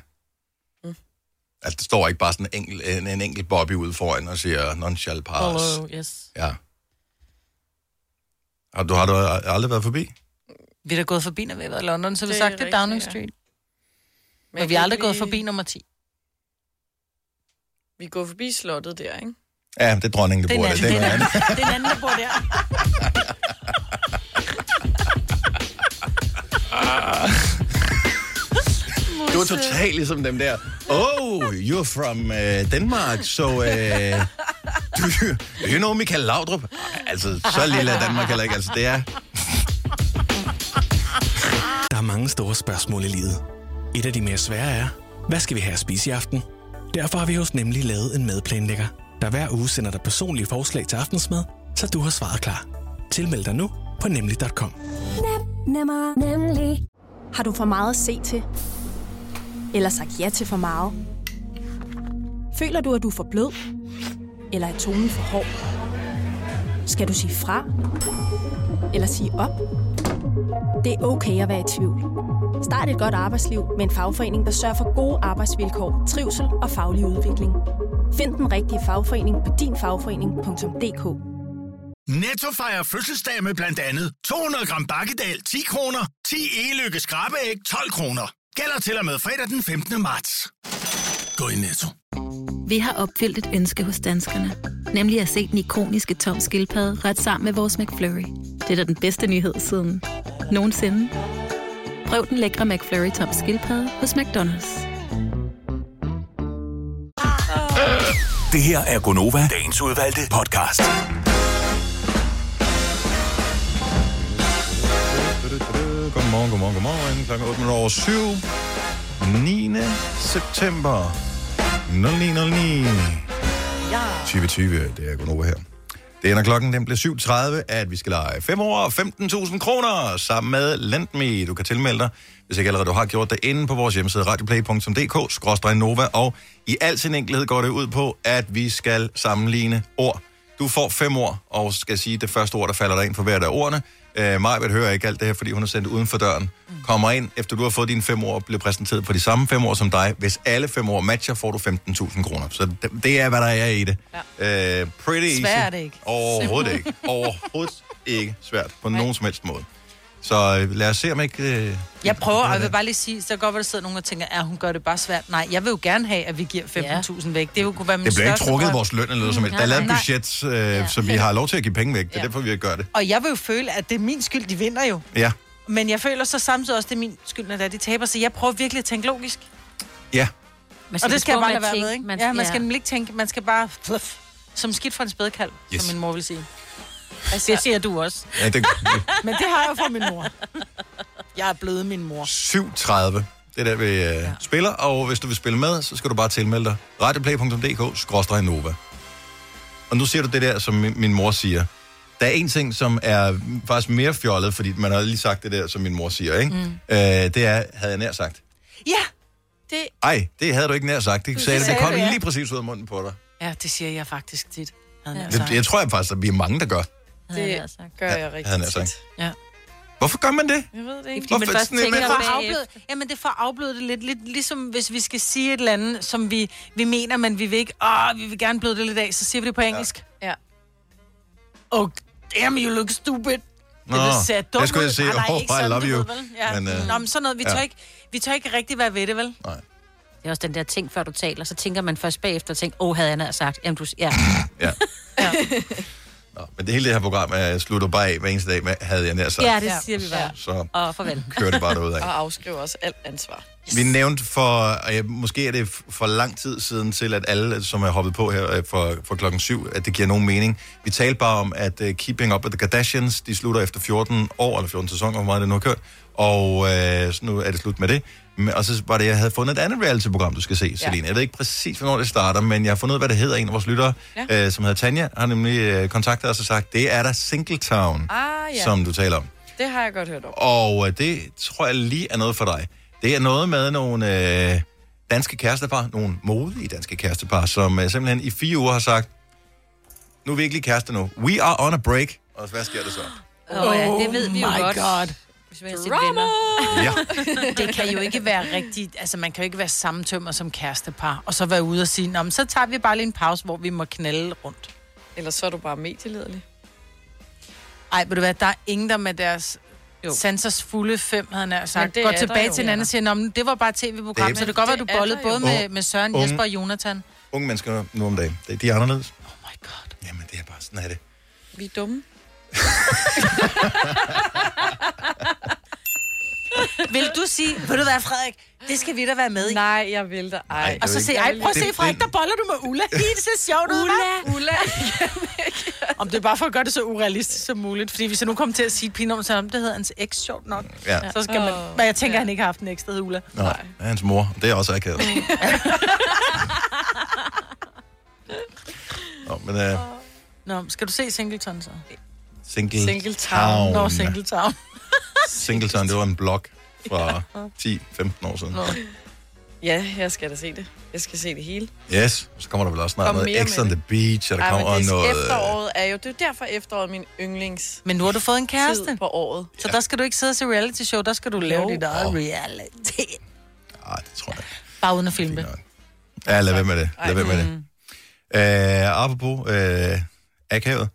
Altså, der står ikke bare sådan en enkelt, en, en enkelt Bobby ude foran og siger, non shall pass.
Hello, yes.
Ja. Har du, har du aldrig været forbi?
Vi er da gået forbi, når vi har været i London, så vi
Det
har
er
sagt, det er
rigtigt,
Downing
ja.
Street. Men,
jeg
vi
kan
har aldrig
ikke
gået
lige-
forbi nummer 10.
Vi går forbi slottet der, ikke?
Ja, det er dronningen, der
Det er
bor der.
en
Det er
anden.
noget andet.
Det er en anden, der bor der.
Du er totalt ligesom dem der. Oh, you're from uh, Denmark, so uh, do you, do you know Michael Laudrup? Ej, Altså, så lille er Danmark heller ikke. Altså, det er...
Der er mange store spørgsmål i livet. Et af de mere svære er, hvad skal vi have at spise i aften? Derfor har vi hos Nemlig lavet en madplanlægger, der hver uge sender dig personlige forslag til aftensmad, så du har svaret klar. Tilmeld dig nu på nemlig.com.
Nem, nemmer, nemlig. Har du for meget at se til? Eller sagt ja til for meget? Føler du, at du er for blød? Eller er tonen for hård? Skal du sige fra? Eller sige op? Det er okay at være i tvivl. Start et godt arbejdsliv med en fagforening, der sørger for gode arbejdsvilkår, trivsel og faglig udvikling. Find den rigtige fagforening på dinfagforening.dk.
Netto fejrer fødselsdag med blandt andet 200 gram bakkedal 10 kroner, 10 e-lykke skrabeæg 12 kroner. Gælder til og med fredag den 15. marts. Gå i Netto.
Vi har opfyldt et ønske hos danskerne. Nemlig at se den ikoniske tom skildpadde ret sammen med vores McFlurry. Det er da den bedste nyhed siden nogensinde. Prøv den lækre McFlurry tom skildpadde hos McDonald's.
Ah.
Det her er Gonova, dagens udvalgte podcast.
Godmorgen, godmorgen, godmorgen. Klokken 8 minutter over 7. 9. september 0909.
Ja.
2020, det er Gunova her. Det ender klokken, den bliver 7.30, at vi skal lege 5 år og 15.000 kroner sammen med Lendme. Du kan tilmelde dig, hvis ikke allerede du har gjort det, inde på vores hjemmeside radioplay.dk, skråstrej Nova, og i al sin enkelhed går det ud på, at vi skal sammenligne ord. Du får fem ord, og skal sige det første ord, der falder dig ind for hvert af ordene. Øh, Maja vil høre ikke alt det her, fordi hun er sendt uden for døren. Kommer ind, efter du har fået dine fem år, og bliver præsenteret for de samme fem år som dig. Hvis alle fem år matcher, får du 15.000 kroner. Så det, det er, hvad der er i det. Ja. Øh, pretty easy.
Svært er det ikke.
Overhovedet ikke. Overhovedet ikke svært på nogen som helst måde. Så øh, lad os se, om ikke... Øh,
Jeg prøver, og jeg vil bare lige sige, så kan det godt, at der sidder nogen og tænker, at hun gør det bare svært. Nej, jeg vil jo gerne have, at vi giver 15.000 væk. Det kunne være min
det bliver ikke
største
trukket
drøm.
vores løn eller noget som helst. Der er
Nej,
lavet et
nej.
budget, øh, så vi har lov til at give penge væk. Det er derfor, vi gør det.
Og jeg vil jo føle, at det er min skyld, de vinder jo.
Ja.
Men jeg føler så samtidig også, at det er min skyld, når det er, de taber. Så jeg prøver virkelig at tænke logisk.
Ja.
Og det skal jeg bare lade være med, ikke?
Man,
Man, ja, man skal nemlig ikke tænke, man skal bare... Puff, som skidt for en spædkald, yes.
Yes.
som min mor vil sige. Altså, det siger du også.
Ja, det,
Men det har jeg jo fra min mor. Jeg er blevet min mor.
7.30. Det er der, vi øh, ja. spiller, og hvis du vil spille med, så skal du bare tilmelde dig. radioplay.dk-nova. Og nu siger du det der, som min, min mor siger. Der er en ting, som er faktisk mere fjollet, fordi man har lige sagt det der, som min mor siger, ikke?
Mm.
Mm. Øh, det er, havde jeg nær sagt.
Ja, det,
Ej, det havde du ikke nær sagt. Det
Det
sagde det, det
sagde
kom
du, ja.
lige præcis ud af munden på dig.
ja, det siger jeg faktisk tit. Havde jeg nær
Det,
sagt.
jeg tror jeg faktisk, at vi er mange, der gør.
Havde jeg nær sagt.
Gør jeg rigtig
Havde jeg nær sagt.
Ja.
Hvorfor gør man det?
Jeg ved det
ikke. Hvorfor sådan en-
det er
man-
for at afbløde, jamen, det er for at afbløde det lidt, lidt. Ligesom hvis vi skal sige et eller andet, som vi, vi mener, men vi vil ikke... Åh, vi vil gerne bløde det lidt af, så siger vi det på engelsk.
Ja.
Oh, damn, you look stupid.
Nå,
det ser dumt
jeg skulle
ud.
sige,
Ej, nej,
oh,
ikke
I
sådan,
love
du
you.
ved vel. Ja.
Men,
Men,
øh,
Nå, men sådan noget, vi,
ja.
tør ikke, vi tør ikke rigtig være ved det, vel?
Nej.
Det er også den der ting, før du taler, så tænker man først bagefter og tænker, åh, oh, havde Anna sagt. Jamen, du, s- ja.
Men det hele det her program er, slutter bare af hver eneste dag med, havde jeg nær sagt.
Ja, det siger vi bare.
Altså, Så
Og farvel.
kører det bare derudad. Mhm.
Og afskriver også alt ansvar.
Yes. Vi nævnte for, og ja, måske er det f- for lang tid siden til, at alle, som er hoppet på her øh, for, for klokken syv, at det giver nogen mening. Vi talte bare om, at uh, Keeping Up with the Kardashians, de slutter efter 14 år, eller 14 sæsoner, hvor meget det nu har kørt, og uh, så nu er det slut med det. Men, og så var det, jeg havde fundet et andet reality-program, du skal se, ja. Selina. Jeg ved ikke præcis, hvornår det starter, men jeg har fundet ud af, hvad det hedder. En af vores lyttere, ja. uh, som hedder Tanja, har nemlig uh, kontaktet os og sagt, det er der Singletown,
Ah, ja.
som du taler om.
Det har jeg godt hørt om.
Og øh, det tror jeg lige er noget for dig. Det er noget med nogle øh, danske kærestepar, nogle modige danske kærestepar, som øh, simpelthen i fire uger har sagt, nu er vi ikke lige kærester nu. We are on a break. Og hvad sker der så?
Åh, oh, ja, det ved vi jo
my
godt.
God.
Hvis vi har set
Drama!
venner.
det kan jo ikke være rigtigt. Altså, man kan jo ikke være sammentømmer som kærestepar, og så være ude og sige, Nå, men så tager vi bare lige en pause, hvor vi må knalde rundt.
Eller så er du bare medielederlig.
Ej, ved du hvad, der er ingen, der med deres jo. sensors fulde fem, havde han nær
Men
sagt,
det
går
er der
tilbage
jo.
til hinanden og siger, Nå, men det var bare et tv-program,
Det-
så det kan godt være,
Det
du
er
bollede
der jo.
både med, med Søren,
Unge-
Jesper og Jonathan.
Unge mennesker nu om dagen, de de er anderledes. Oh my god. Jamen, det er bare sådan er det.
Vi er dumme.
Vil du sige, ved du hvad, Frederik, det skal vi da være med i.
Nej, jeg vil da ej.
og så se, ej, prøv at se, Frederik, der boller du med Ulla. Det ser sjovt ud, Ulla.
Ulla.
Om det er bare for at gøre det så urealistisk som muligt. Fordi hvis jeg nu kommer til at sige et pinum, så om det hedder hans eks, sjovt nok.
Ja.
Så skal man... Men jeg tænker, han ikke har haft en eks, der hedder Ulla.
Nå, Nej. hans mor. Det er også akavet. Nå, men uh,
Nå, skal du se Singleton så?
single,
Nå, Singletown.
Singletown, det var en blog fra 10-15 år siden.
Nå. Ja, jeg skal da se det. Jeg skal se det hele.
Yes, så kommer der vel også snart
Kom mere
noget X
med
on the Beach, og der
Ej, men
kommer
det er-
noget... øh,
Efteråret er jo, det er jo derfor efteråret er min yndlings.
Men nu har du fået en kæreste.
Tid på året.
Så der skal du ikke sidde og se reality show, der skal du lave dit eget reality.
Nej, det tror jeg.
Bare uden at filme det.
Ja, lad være med det. Lad være med det.
Mm.
Øh, apropos øh, akavet.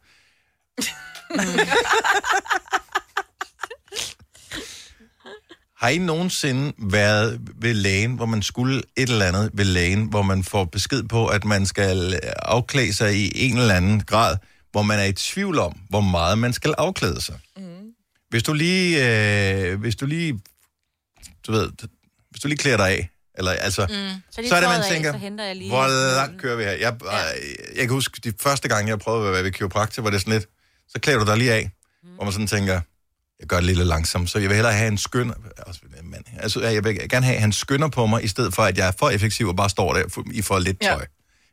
Har I nogensinde været ved lægen, hvor man skulle et eller andet ved lægen, hvor man får besked på, at man skal afklæde sig i en eller anden grad, hvor man er i tvivl om, hvor meget man skal afklæde sig? Mm. Hvis du lige, øh, hvis du lige, du ved, hvis du lige klæder dig af, eller altså, mm.
Så, lige
så er det,
tøjet
man tænker,
af, så henter jeg lige...
hvor langt kører vi her? Jeg, ja. jeg kan huske, de første gange, jeg prøvede at være ved kiropraktor, var det sådan lidt, så klæder du dig lige af, mm. hvor man sådan tænker, jeg gør det lidt langsomt, så jeg vil hellere have en skynder, også, mand, altså, jeg vil gerne have, at han skynder på mig, i stedet for, at jeg er for effektiv og bare står der fu- i for lidt
Ja.
tøj.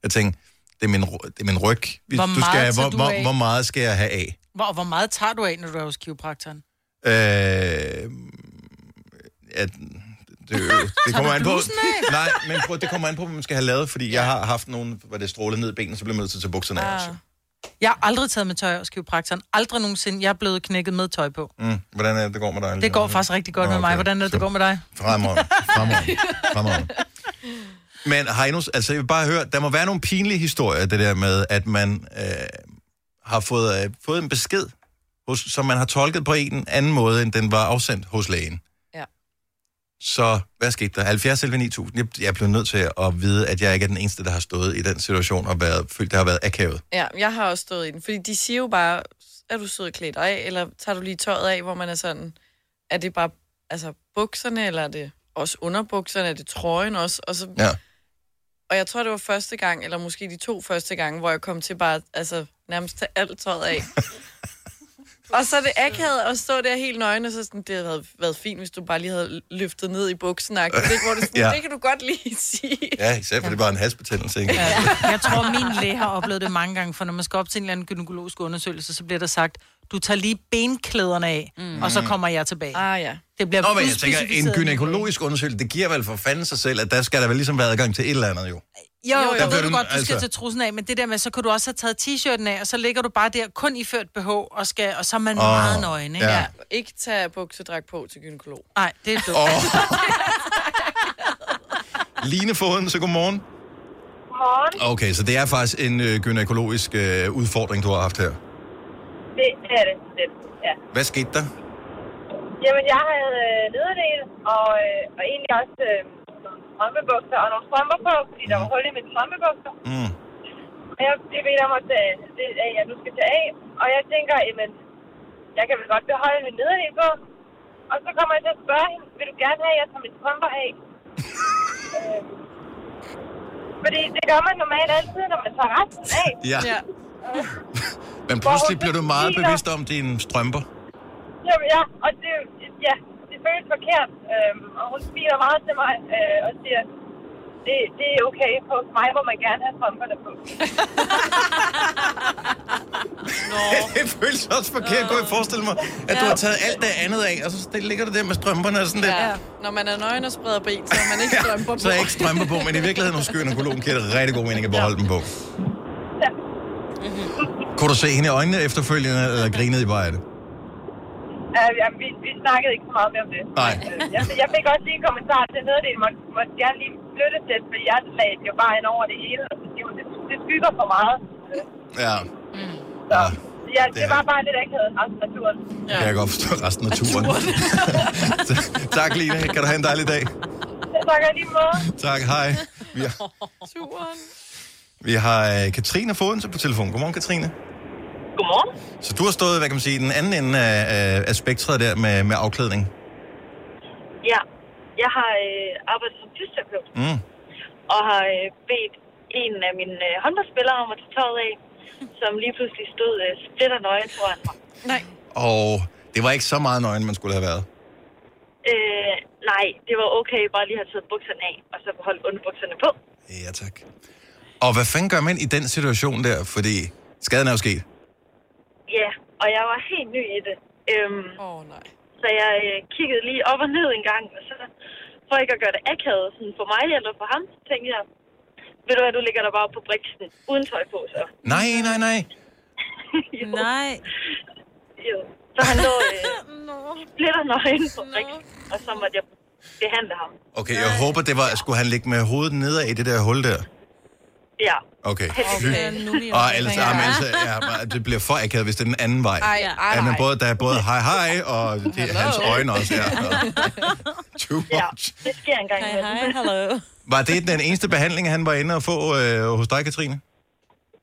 Jeg tænker, det er min, ry- det er min ryg. Hvis
Hvor
du
meget
skal,
tager
hvor,
du
hvor,
af?
hvor meget skal jeg have af?
Hvor, hvor meget tager du af, når du er hos kiropraktoren?
Øh, at, det, det kommer
du
an på...
blusen af?
Nej, men prøv, det kommer an på, hvad man skal have lavet, fordi jeg har haft nogle, hvor det strålede ned i benene, så blev jeg nødt til at tage bukserne
Ah.
af. også.
Jeg har aldrig taget med tøj hos kiropraktoren. Aldrig nogensinde. Jeg er blevet knækket med tøj på.
Mm, hvordan er det, det går med dig?
Det går faktisk rigtig godt
Nå,
med mig.
okay.
Hvordan er det, det går med dig?
Fremragende, fremragende, fremragende. Men har I nu, altså jeg vil bare høre, der må være nogle pinlige historier, det der med, at man øh, har fået, øh, fået en besked, hos, som man har tolket på en anden måde, end den var afsendt hos lægen.
Ja.
Så hvad skete der? 70 11 9000. Jeg, jeg blev nødt til at vide, at jeg ikke er den eneste, der har stået i den situation og været, følt, det har været akavet.
Ja, jeg har også stået i den. Fordi de siger jo bare, er du sød klædt af, eller tager du lige tøjet af, hvor man er sådan, er det bare altså, bukserne, eller er det også underbukserne, er det trøjen også? Og, så,
Ja.
og jeg tror, det var første gang, eller måske de to første gange, hvor jeg kom til bare, altså nærmest tage alt tøjet af. og så er det akavet at stå der helt nøgen, og så sådan, det havde været fint, hvis du bare lige havde løftet ned i buksen, agtigt, ikke? hvor det, sådan,
Ja.
ja. det kan du godt lige sige.
Ja, især fordi det var en halsbetændelse, ikke?
Ja. Jeg tror, min læge har oplevet det mange gange, for når man skal op til en eller anden gynækologisk undersøgelse, så bliver der sagt, du tager lige benklæderne af, mm. og så kommer jeg tilbage.
Ah ja.
Det bliver
Nå, men jeg tænker, en
udspecificeret.
gynækologisk undersøgelse, det giver vel for fanden sig selv, at der skal der vel ligesom være adgang til et eller andet, jo.
Jo, jo, jo.
Der
Jeg
blev
ved du
den-
godt, du skal
altså-
tage trussen af, men det der med, så kunne du også have taget t-shirten af, og så ligger du bare der kun iført BH, og, skal, og så er man
Åh,
oh, meget nøgen, ikke?
ja.
Ja.
Ikke tage buksedræk på til gynekolog.
Nej, det er dumt.
Åh. Line Foden, så godmorgen.
Godmorgen.
Okay, så det er faktisk en øh, gynækologisk øh, udfordring, du har haft her.
Det er det lidt, ja.
Hvad skete der?
Jamen, jeg havde øh, nederdel, og, øh, og egentlig også øh, nogle strømpebukser og nogle strømper på, fordi der var hul i mine strømpebukser.
Mm.
Og jeg blev bedt om at tage det af, jeg nu skal tage af. Og jeg tænker, jamen, jeg kan vel godt beholde min nederdel på. Og så kommer jeg til at spørge hende, vil du gerne have, at jeg tager mine strømper af? øh, fordi det gør man normalt altid, når man tager resten af.
Ja. Ja.
Øh, Hvor
Men
hun
pludselig blev
så
du meget
smiler.
bevidst om dine strømper.
Jamen ja, og det, ja, det føles forkert. Øhm, og hun smiler meget til mig øh, og siger, det, det er okay, på mig må man gerne have strømperne på.
det føles også forkert, kunne jeg forestille mig, at du har taget alt det andet af, og så ligger du der med strømperne og sådan lidt.
Ja. Når man er nøgen og spreder ben, så har man ikke strømper på.
Så er jeg ikke strømper på, men i virkeligheden hos gynekologen giver det rigtig god mening at beholde dem på. Kunne du se hende i øjnene efterfølgende, eller grinede I bare af det?
Øh, jamen, vi, vi snakkede ikke så meget mere om det.
Nej.
Øh, Jeg, jeg fik også lige en kommentar til at neddelen, måtte, måtte gerne lige flytte lidt, fordi jeg lagde jo bare ind over det hele, og så siger hun, det, det skygger for meget.
Ja.
Ja,
Ja, Det
det, det
er-
var bare lidt akavet resten af turen.
kan jeg godt forstå resten af turen. tak, Line. Kan du have en dejlig dag.
Jeg takker lige måde.
Tak, hej. Vi har,
Turen.
vi har øh, Katrine Fodense på telefon. Godmorgen, Katrine.
Godmorgen.
Så du har stået, hvad kan man sige, den anden ende af, af, af spektret der med, med afklædning.
Ja, jeg har øh, arbejdet som fysioterapeut.
Mm.
og har øh, bedt en af mine øh, håndboldspillere om at tage tøjet af, som lige pludselig stod øh, splitter nøgen foran mig. Nej.
Og det var ikke så meget nøgen, man skulle have været.
Øh, nej, det var okay bare lige at have taget bukserne af, og så holdt underbukserne på.
Ja, tak. Og hvad fanden gør man i den situation der? Fordi skaden er jo sket.
Ja, og jeg var helt ny i det. Øhm, oh, nej. Så jeg øh, kiggede lige op og ned en gang, og så for ikke at gøre det akavet sådan for mig eller for ham, så tænkte jeg, ved du hvad, du ligger der bare på briksen, uden tøj på, så.
Nej, nej, nej.
Nej. Jo. Så han lå øh, splitter nøgen på briksen, og så måtte jeg behandle ham.
Okay, jeg håber, det var, skulle han ligge med hovedet nedad i det der hul der?
Ja.
Okay.
Okay, nu er vi
og altså, ellers,
omkring.
ja. men ellers, ja, men det bliver for akavet, hvis det er den anden vej.
Ej, ej,
Ja, men
ej.
både, der er både hej hej, og det er hans øjne også her. Too much.
Det sker engang. Hej, hej, hallo.
Var det den eneste behandling, han var inde og få øh, hos dig, Katrine?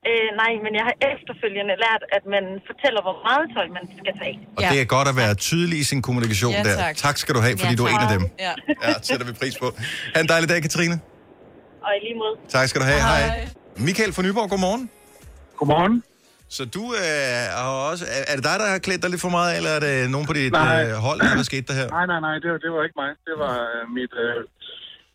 Øh, nej, men jeg har efterfølgende lært, at man fortæller, hvor meget tøj man skal tage.
Og ja. det er godt at være tydelig i sin kommunikation
Ja,
der.
tak.
tak skal du have, fordi ja, du er en af dem.
Ja.
Ja, det sætter vi pris på. Ha' en dejlig dag, Katrine.
Og i lige måde.
Tak skal du have. Hej. Hej. Michael fra Nyborg, godmorgen.
Godmorgen.
Så du øh, har også... Er, er det dig, der har klædt dig lidt for meget, eller er det nogen på dit
Nej.
øh, hold, eller hvad skete der her?
Nej, nej, nej, det var, det var ikke mig. Det var øh, mit, øh,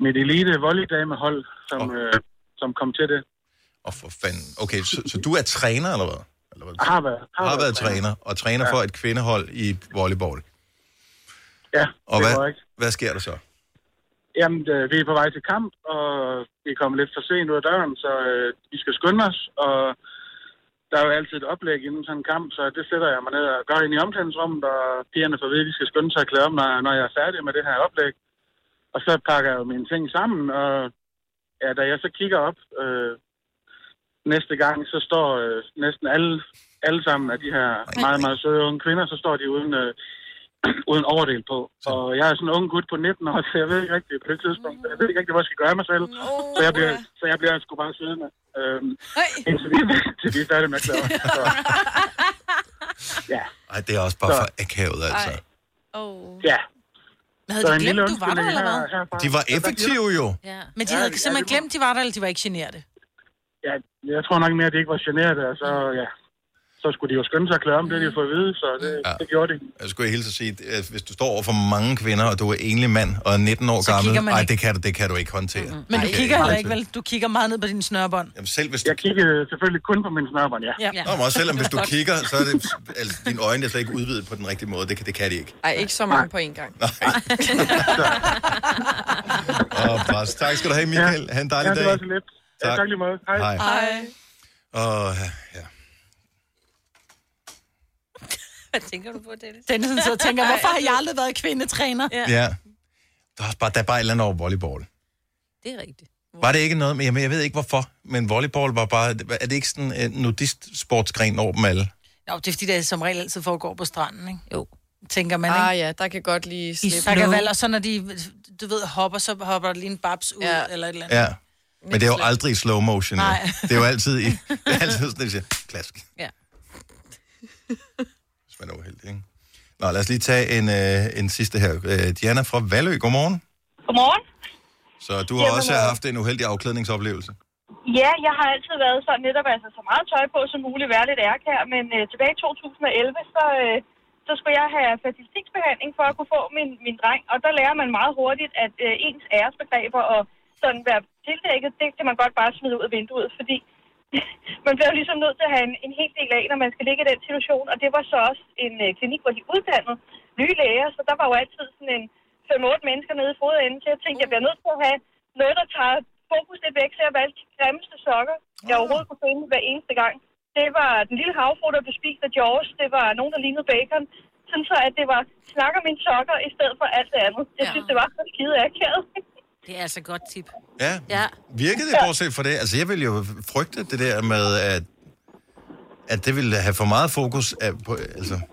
mit elite volleydamehold, som, oh. øh, som kom til det.
Åh, oh, for fanden. Okay, så, så du er træner, eller hvad? Eller hvad?
Har været.
Har, har været træner, og træner ja. for et kvindehold i volleyball.
Ja,
Og
det
hvad,
var ikke.
hvad sker der så?
Jamen, øh, vi er på vej til kamp, og vi er kommet lidt for sent ud af døren, så øh, vi skal skynde os, og der er jo altid et oplæg inden sådan en kamp, så det sætter jeg mig ned og gør ind i omklædningsrummet, og pigerne får ved, at de skal skynde sig og klæde om, når, når jeg er færdig med det her oplæg. Og så pakker jeg jo mine ting sammen, og ja, da jeg så kigger op øh, næste gang, så står øh, næsten alle, alle sammen af de her meget, meget søde unge kvinder, så står de uden... Øh, uden overdel på. Og jeg er sådan en ung gut på 19 år, så jeg ved ikke rigtig på det tidspunkt. Jeg ved ikke rigtig, hvad jeg skal gøre mig selv. Så jeg bliver, så jeg bliver sgu bare siddende. Øhm, indtil, vi, indtil vi er færdige med at klare. Så, ja.
Ej, det er også bare så. for akavet, altså. Ej.
Oh.
Ja.
Havde de glemt, du var der, eller hvad?
De var effektive jo.
Ja. Men de
Ja,
havde
ja, det
simpelthen
var-
glemt, de var der, eller de var ikke generte.
Ja, jeg tror nok mere, at det ikke var generet, og så, ja, så skulle de jo skynde sig at klare om det, de får at vide, så det, ja. det gjorde de.
Jeg Altså, skulle hilse at sige, at hvis du står over for mange kvinder, og du er enlig mand, og er 19 år
Så
gammel,
kigger man
nej,
ikke.
det kan, du, det kan du ikke håndtere. Mm-hmm.
Men du kigger heller ikke, vel? Du kigger meget ned på dine snørbånd.
Jamen, selv hvis du...
Jeg kiggede selvfølgelig kun på min snørbånd, ja.
Ja.
Nå, men også selvom hvis du kigger, så er det, altså, dine øjne er slet ikke udvidet på den rigtige måde. Det kan, det kan de ikke.
Ej, ikke så mange på én gang.
Åh, pres. Tak skal du have, Michael. Ha' en dejlig
ja, det
dag.
var så lidt.
Tak.
Ja, tak lige måde. Hej.
Hej.
Hej.
Og ja.
Hvad tænker du på, Dennis?
Dennis sidder og tænker, hvorfor har jeg aldrig været kvindetræner?
ja. Der er, også bare, der er bare et eller andet over volleyball.
Det er rigtigt.
Var det ikke noget, men jeg, jeg ved ikke hvorfor, men volleyball var bare, er det ikke sådan en nudist-sportsgren over dem alle?
Nå, det er fordi, det som regel altid foregår på stranden, ikke?
Jo.
Tænker man, ikke?
Ah ja, der kan godt lige
I
slippe
Sakkerval, og så når de, du ved, hopper, så hopper der lige en babs ud, ja. eller et eller andet.
Ja. Men det er jo aldrig i slow motion. jo.
Nej.
Det er jo altid, i, det er altid sådan, at de siger, klask,
Ja.
hvis man er uheldig, ikke? Nå, lad os lige tage en, øh, en sidste her. Øh, Diana fra Valø, godmorgen.
Godmorgen.
Så du har
Jamen,
også
øh,
haft en uheldig afklædningsoplevelse.
Ja, jeg har altid været sådan netop altså så meget tøj på som muligt, være lidt ærkær, men øh, tilbage i 2011, så, øh, så skulle jeg have fertilitetsbehandling for at kunne få min, min dreng, og der lærer man meget hurtigt, at øh, ens æresbegreber og sådan være tildækket, det kan man godt bare smide ud af vinduet, fordi man bliver jo ligesom nødt til at have en, en hel del af, når man skal ligge i den situation, og det var så også en øh, klinik, hvor de uddannede nye læger, så der var jo altid sådan en 5-8 mennesker nede i fodenden, så jeg tænkte, jeg bliver nødt til at have noget, der tager fokus lidt væk, så jeg valgte de grimmeste sokker, jeg overhovedet kunne finde hver eneste gang. Det var den lille havfru, der blev spist af George, det var nogen, der lignede bacon, sådan så at det var snakker mine sokker i stedet for alt det andet. Jeg synes, det var så skide akavet.
Det er altså et godt tip.
Ja,
Ja.
virkede det bortset fra det? Altså, jeg ville jo frygte det der med, at, at det ville have for meget fokus af, på, altså,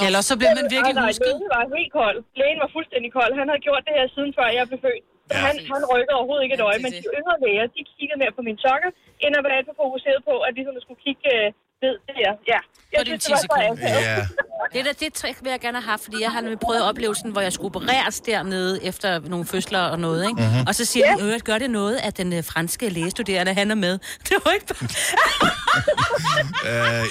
Ja, eller også så bliver man virkelig
nej, nej,
husket.
Lægen var helt kold. Lægen var fuldstændig kold. Han havde gjort det her siden før jeg blev født. Så han, han rykkede overhovedet ikke et øje, men de yngre læger, de kiggede mere på mine sokker, end at være alt for fokuseret på, at ligesom jeg skulle kigge øh, ned der. Ja, jeg synes, det var så akavet.
Det, der, det trick vil jeg gerne have haft, fordi jeg har nemlig prøvet oplevelsen, hvor jeg skulle opereres dernede efter nogle fødsler og noget, ikke?
Mhm.
Mm-hmm. Og så siger yeah. de, "Øh, gør det noget, at den øh, franske lægestuderende, han er med. Det var ikke bare...
Øh,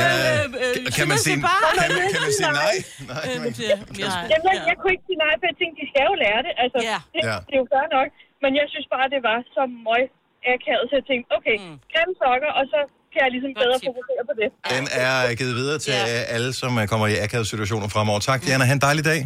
ja, kan, kan man sige, kan, man- kan man sige nej? Nej, man,
Nej. Jamen, jeg, jeg kunne ikke sige nej, for jeg tænkte, de skal jo lære det. Altså,
Ja.
det,
Ja.
det er jo fair nok. Men jeg synes bare, det var så møg akavet, så jeg tænkte, okay, mm. grimme sokker, og så kan jeg ligesom bedre fokusere på det.
den er givet videre til ja. alle, som øh, kommer i akavede situationer fremover. Tak, Diana. Ha' en dejlig dag.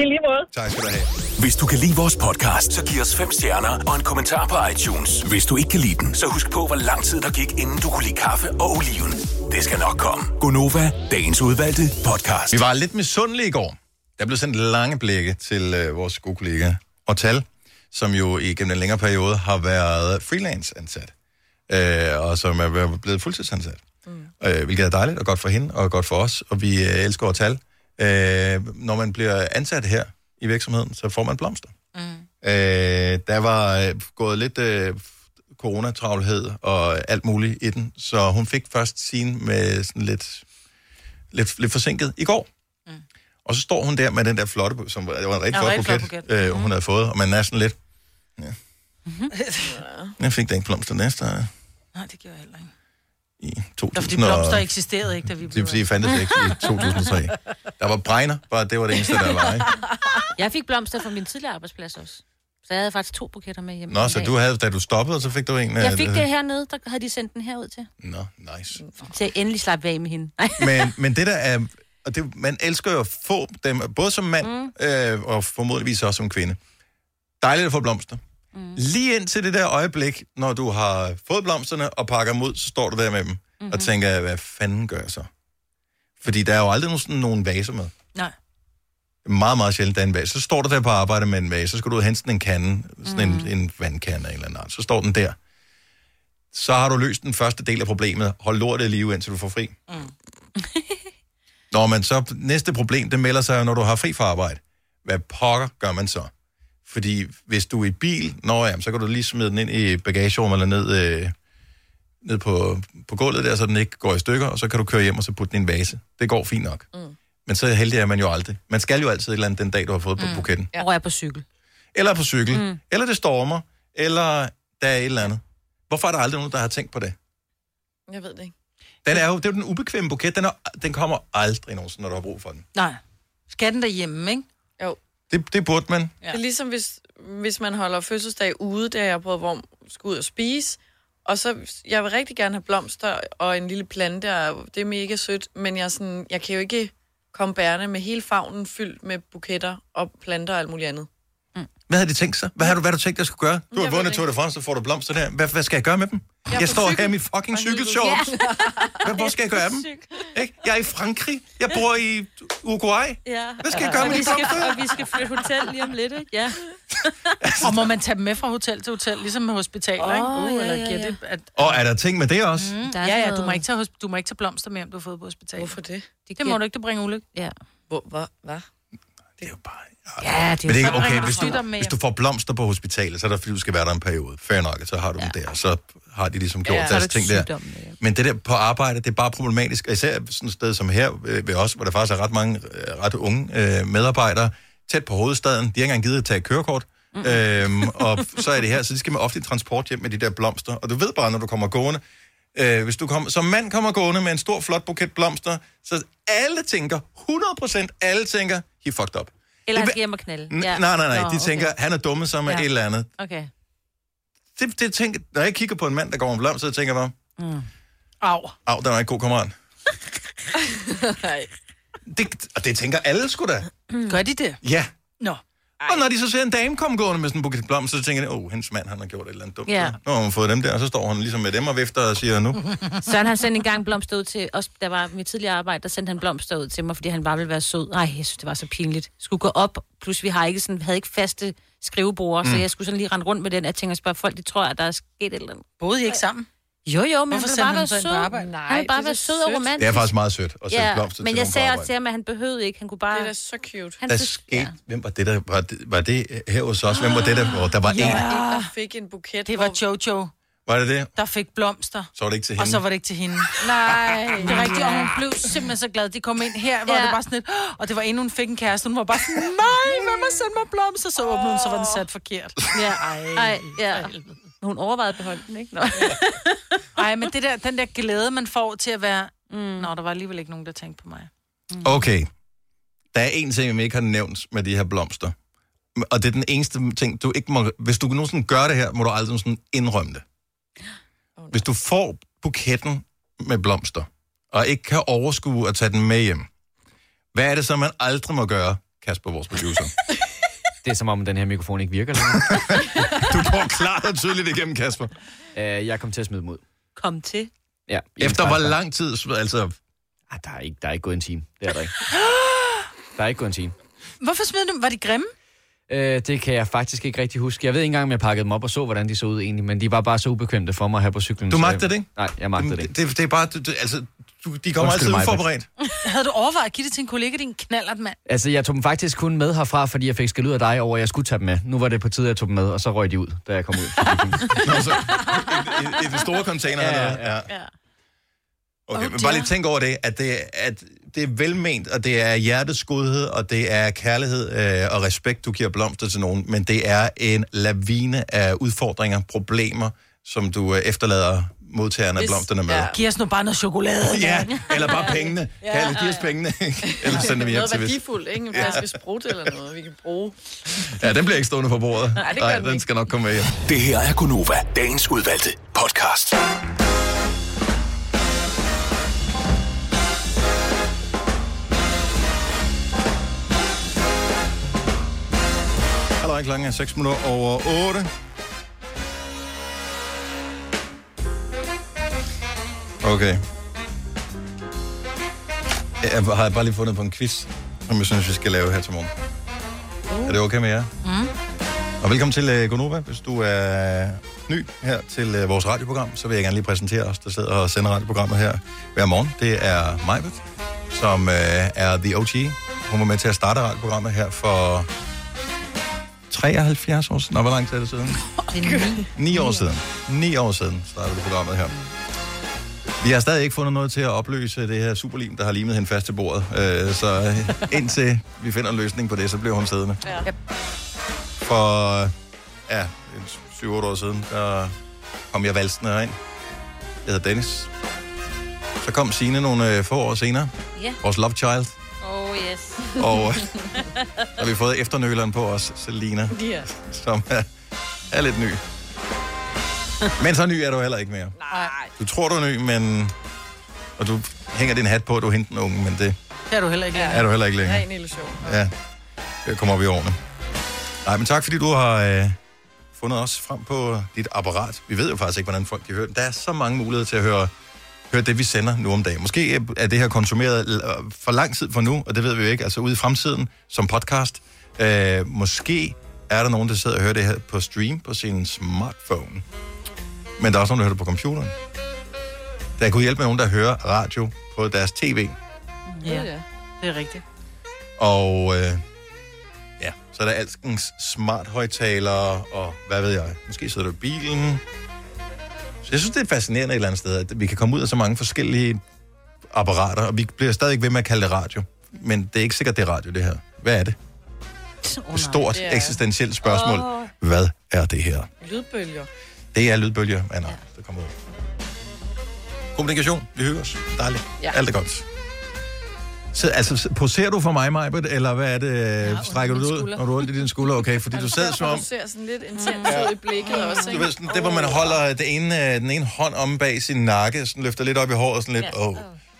I lige måde.
Tak skal du have.
Hvis du kan lide vores podcast, så giv os fem stjerner og en kommentar på iTunes. Hvis du ikke kan lide den, så husk på, hvor lang tid der gik, inden du kunne lide kaffe og oliven. Det skal nok komme.
Gonova, dagens udvalgte podcast. Vi var lidt misundelige i går. Der blev sendt lange blikke til øh, vores gode kollega Ortal, som jo igennem en længere periode har været freelance-ansat, øh, og som er blevet fuldtidsansat. Mm. Øh, hvilket er dejligt og godt for hende og godt for os, og vi øh, elsker Ortal. Øh, når man bliver ansat her i virksomheden, så får man blomster. Mm. Øh, der var øh, gået lidt øh, coronatravlhed og alt muligt i den, så hun fik først sin med sådan lidt, lidt, lidt forsinket i går. Mm. Og så står hun der med den der flotte, som var, det var en rigtig
Ja,
flot
rigtig flot
buket, øh, hun havde fået, og man er sådan lidt, jeg fik da ikke blomster næste øh, år.
Nej, det gjorde jeg heller ikke.
i
Det var, fordi
2000.
blomster eksisterede ikke, da vi
Det er fordi, jeg fandtes ikke i 2003. Der var bregner, bare det var det eneste, der var, ikke?
Jeg fik blomster fra min tidligere arbejdsplads også. Så jeg havde faktisk to buketter med hjemme.
Nå, så du havde, da du stoppede, så fik du en...
Jeg
øh,
fik det hernede, der havde de sendt den herud til.
Nå, nice.
Så jeg endelig slap af med hende. Nej.
Men, men det der er... Og det, man elsker jo at få dem, både som mand mm. øh, og formodentligvis også som kvinde. Dejligt at få blomster. Mm. Lige indtil det der øjeblik, når du har fået blomsterne og pakker dem ud, så står du der med dem mm-hmm. og tænker, hvad fanden gør jeg så? Fordi der er jo aldrig nogen, sådan nogen vaser med.
Nej.
Meget, meget sjældent, der er en vase. Så står du der på arbejde med en vase, så skal du ud og hente sådan en kande, sådan mm. en, en vandkande af en eller anden art. Så står den der. Så har du løst den første del af problemet. Hold lortet i live, indtil du får fri. Mm. Nå, men så næste problem, det melder sig jo, når du har fri fra arbejde. Hvad pokker gør man så? Fordi hvis du er i bil, nå ja, så kan du lige smide den ind i bagagerummet eller ned, øh, ned på, på gulvet der, så den ikke går i stykker, og så kan du køre hjem og så putte den i en vase. Det går fint nok. Mm. Men så heldig er man jo aldrig. Man skal jo altid et eller andet den dag, du har fået mm. buketten.
Ja. Og jeg er på cykel.
Eller på cykel, mm.
Mm.
eller det stormer, eller der er et eller andet. Hvorfor er der aldrig nogen, der har tænkt på det?
Jeg ved det ikke.
Den er jo, det er jo den ubekvemme buket, den, er, den kommer aldrig nogensinde, når du har brug for den.
Nej. Skal den derhjemme, ikke?
Jo.
Det, det burde man.
Ja. Det er ligesom, hvis, hvis man holder fødselsdag ude, der jeg prøvet, hvor man skulle ud og spise, og så, jeg vil rigtig gerne have blomster og en lille plante, og det er mega sødt, men jeg, er sådan, jeg kan jo ikke komme bærende med hele favnen fyldt med buketter og planter og alt muligt andet.
Hvad havde de tænkt sig? Hvad har du, hvad har du tænkt, jeg skulle gøre? Du har vundet Tour de France, så får du blomster der. Hvad, hvad skal jeg gøre med dem? Jeg, jeg står her i min fucking cykelshorts. Hvad, hvor skal jeg gøre af dem? Ikke? Jeg er i Frankrig. Jeg bor i Uruguay.
Ja.
Hvad skal jeg gøre
og
med
vi
de
skal,
blomster?
Og vi skal flytte hotel lige om lidt, ikke? Ja.
Altså-
og må man tage dem med fra hotel til hotel, ligesom med hospitaler, oh, ikke? Uh, ja, eller ja, ja. Det, at,
Og er der ting med det
mm,
også?
der
ja,
er sådan
ja, du
noget-
må, ikke tage, hos- du må ikke tage blomster med, om du har fået på hospitalet. Hvorfor
det?
Det må du ikke, det bringer ulykke.
Ja.
Hvor, hvor, hvad?
Ja, det
Men det er
Så
ikke okay,
bringer
hvis du,
sygdom med
hvis du får blomster på hospitalet, så er der fordi, du skal være der en periode. Fair nok, så har du ja. dem der, og så har de ligesom gjort
Ja.
ja,
Så er
deres
det
ting
ikke
der.
sygdom,
Men det der på arbejde, det er bare problematisk. Og Især sådan et sted som her øh, ved os, hvor der faktisk er ret mange øh, ret unge øh, medarbejdere tæt på hovedstaden. De har ikke engang givet at tage et kørekort. Mm. Øhm, og så er det her, så de skal med offentlig transport hjem med de der blomster. Og du ved bare, når du kommer gående, øh, hvis du kom, som mand kommer gående med en stor, flot buket blomster, så alle tænker, 100% alle tænker, he fucked up.
Eller han
Det-
skal hjem og knalde.
N- Nej, nej, nej.
Nå,
De tænker, han er dumme som ja.
Ja.
et eller andet.
Okay.
Det, det tænker, når jeg kigger på en mand, der går om blom, så tænker jeg bare,
Mm.
Au.
Au, der var ikke god kammerat.
Nej.
Det, og det tænker alle sgu da.
Gør de det?
Ja.
Nå.
Og når de så ser en dame komme gående med sådan en buket blom, så tænker de, åh, oh, hendes mand, han har gjort et eller andet dumt.
Ja. Mhm.
Nu har hun fået dem der, og så står hun ligesom med dem og vifter og siger, nu.
Søren har sendt en gang blomster ud til os, der var mit tidligere arbejde, der sendte han blomster ud til mig, fordi han bare ville være sød. Ej, jeg synes, det var så pinligt. Skulle gå op, plus vi har ikke sådan, havde ikke faste skrivebordere, mm. så
Mm.
jeg skulle sådan lige rende rundt med den, og tænke og spørge folk, de tror, at der er sket et eller andet.
Boede I ikke sammen?
Jo, jo, men
Hvorfor
han ville
sendte
bare
han
være
så en på
sød.
arbejde?
han ville
Nej, det
bare
er
være
så
sød og
sødt.
romantisk.
Det er faktisk meget sødt at sende blomster
men
til
jeg
nogen på
sagde også
arbejde.
til ham, at han behøvede ikke. Han kunne bare... Det er da
så cute.
Han
Der
synes-
skete, ja. hvem var det der, var det, var det her hos os? Hvem var det der, hvor der var
Ja.
en?
Der fik en buket.
Ah. Det var Jojo,
Var det det?
der fik blomster.
Så var det ikke til hende.
Og så var det ikke til hende. Nej. Det er rigtigt, og hun blev simpelthen så glad. De kom ind her, hvor
Ja.
ja. det bare sådan lidt, "Åh," og det var inden hun fik en kæreste. Hun var bare sådan, nej, hvem har sendt mig blomster? Så åbnede hun, så var den sat forkert.
Ja, ej, ja. Hun overvejede at beholde den, ikke? Nå.
Ej, men det der, den der glæde, man får til at være, mm. nå, der var alligevel ikke nogen, der tænkte på mig.
Okay. Der er en ting, vi ikke har nævnt med de her blomster. Og det er den eneste ting, du ikke må... Hvis du nogensinde gør det her, må du aldrig sådan indrømme det. Hvis du får buketten med blomster, og ikke kan overskue at tage den med hjem, hvad er det så, man aldrig må gøre, Kasper, vores producer?
Det er som om, den her mikrofon ikke virker længere.
du går klart og tydeligt igennem, Kasper.
Øh, jeg kom til at smide dem ud.
Kom til.
Ja,
Efter hvor lang tid? Altså...
Ah, der, er ikke, der er ikke gået en time. Det er der ikke. Der er ikke gået en time.
Hvorfor smed du dem? Var de grimme?
Øh, det kan jeg faktisk ikke rigtig huske. Jeg ved ikke engang, om jeg pakkede dem op og så, hvordan de så ud egentlig, men de var bare så ubekvemte for mig her på cyklen.
Du
så
magtede
jeg-
det ikke?
Nej, jeg magtede det ikke.
Det, det er bare... Du, du, altså, du, de kommer altid
mig, Britt.
uforberedt.
Havde du overvejet at give det til en kollega, din knallert mand?
Altså, jeg tog dem faktisk kun med herfra, fordi jeg fik skæld ud af dig over, at jeg skulle tage dem med. Nu var det på tide, at jeg tog dem med, og så røg de ud, da jeg kom ud.
I, i den store container.
Ja,
Ja, ja. ja. Okay, men bare lige tænk over det, at det, at det er velment, og det er hjertets godhed, og det er kærlighed øh, og respekt, du giver blomster til nogen, men det er en lavine af udfordringer, problemer, som du øh, efterlader modtagerne af blomsterne med. Ja.
Giv os nu bare noget chokolade.
ja, eller bare pengene.
Ja,
Ja, Kalle,
ja,
giv os pengene. eller send dem hjem
Noget
til hvis.
værdifuldt, ikke? En
Ja.
flaske sprut eller noget, vi kan bruge.
Ja, den bliver ikke stående på bordet.
Nej, det gør
Nej
den
den
ikke.
skal nok komme med hjem.
Det her er Gunova, dagens udvalgte podcast.
Hallo, klokken er 6 minutter over 8. Okay. Jeg har bare lige fundet på en quiz, som jeg synes, vi skal lave her til morgen. Er det okay med jer?
Mm.
Og velkommen til uh, Gonova. Hvis du er ny her til uh, vores radioprogram, så vil jeg gerne lige præsentere os, der sidder og sender radioprogrammet her hver morgen. Det er Majbet, som uh, er The OG. Hun var med til at starte radioprogrammet her for 73 år siden. Nå, hvor lang tid er det siden? 9 år siden. 9 år siden startede programmet her. Vi har stadig ikke fundet noget til at opløse det her superlim, der har limet hende fast til bordet. Øh, så indtil vi finder en løsning på det, så bliver hun siddende.
Ja.
For øh, ja, et 7-8 år siden, der kom jeg valsende herind. Jeg hedder Dennis. Så kom Signe nogle øh, få år senere.
Ja.
Vores love child.
Oh, yes.
Og- øh, Så har vi fået efternøleren på os, Selina,
Ja.
som er, er lidt ny. Men så ny er du heller ikke mere.
Nej.
Du tror, du er ny, men... Og du hænger din hat på, at du er hende den unge, men det...
Det er du heller ikke længere.
Er du heller ikke længere.
Ren illusion.
Ja, det kommer op i årene. Nej, men tak fordi du har øh, fundet os frem på dit apparat. Vi ved jo faktisk ikke, hvordan folk de hører. Der er så mange muligheder til at høre, høre det, vi sender nu om dagen. Måske øh, er det her konsumeret øh, for lang tid for nu, og det ved vi jo ikke. Altså ude i fremtiden som podcast. Øh, måske er der nogen, der sidder og hører det her på stream på sin smartphone. Men der er også nogen, der hører det på computeren. Der kunne hjælpe med nogen, der hører radio på deres tv.
Ja, det er rigtigt.
Og øh, ja, så er der alskens smart højtalere, og hvad ved jeg, måske sidder du i bilen. Så jeg synes, det er fascinerende et eller andet sted, at vi kan komme ud af så mange forskellige apparater, og vi bliver stadig ved med at kalde det radio. Men det er ikke sikkert, det er radio, det her. Hvad er det? Et stort
Det er-
eksistentielt spørgsmål.
Åh.
Hvad er det her?
Lydbølger.
Det er lydbølger, Anna, der kommer ud. Kommunikation, vi hygger os. Dejligt.
Ja.
Ja. Alt er godt. Så, altså, s- poserer du for mig, Majbert, eller hvad er det? Ja, strækker du det ud,
skulder.
når du har ondt i dine skuldre? Okay, fordi du sad som om...
Du ser sådan lidt intens ud i blikket også,
Du
ikke?
ved, sådan, det, hvor man holder det ene, øh, den ene hånd om bag sin nakke, sådan løfter lidt op i håret, sådan lidt,
Ja.
oh,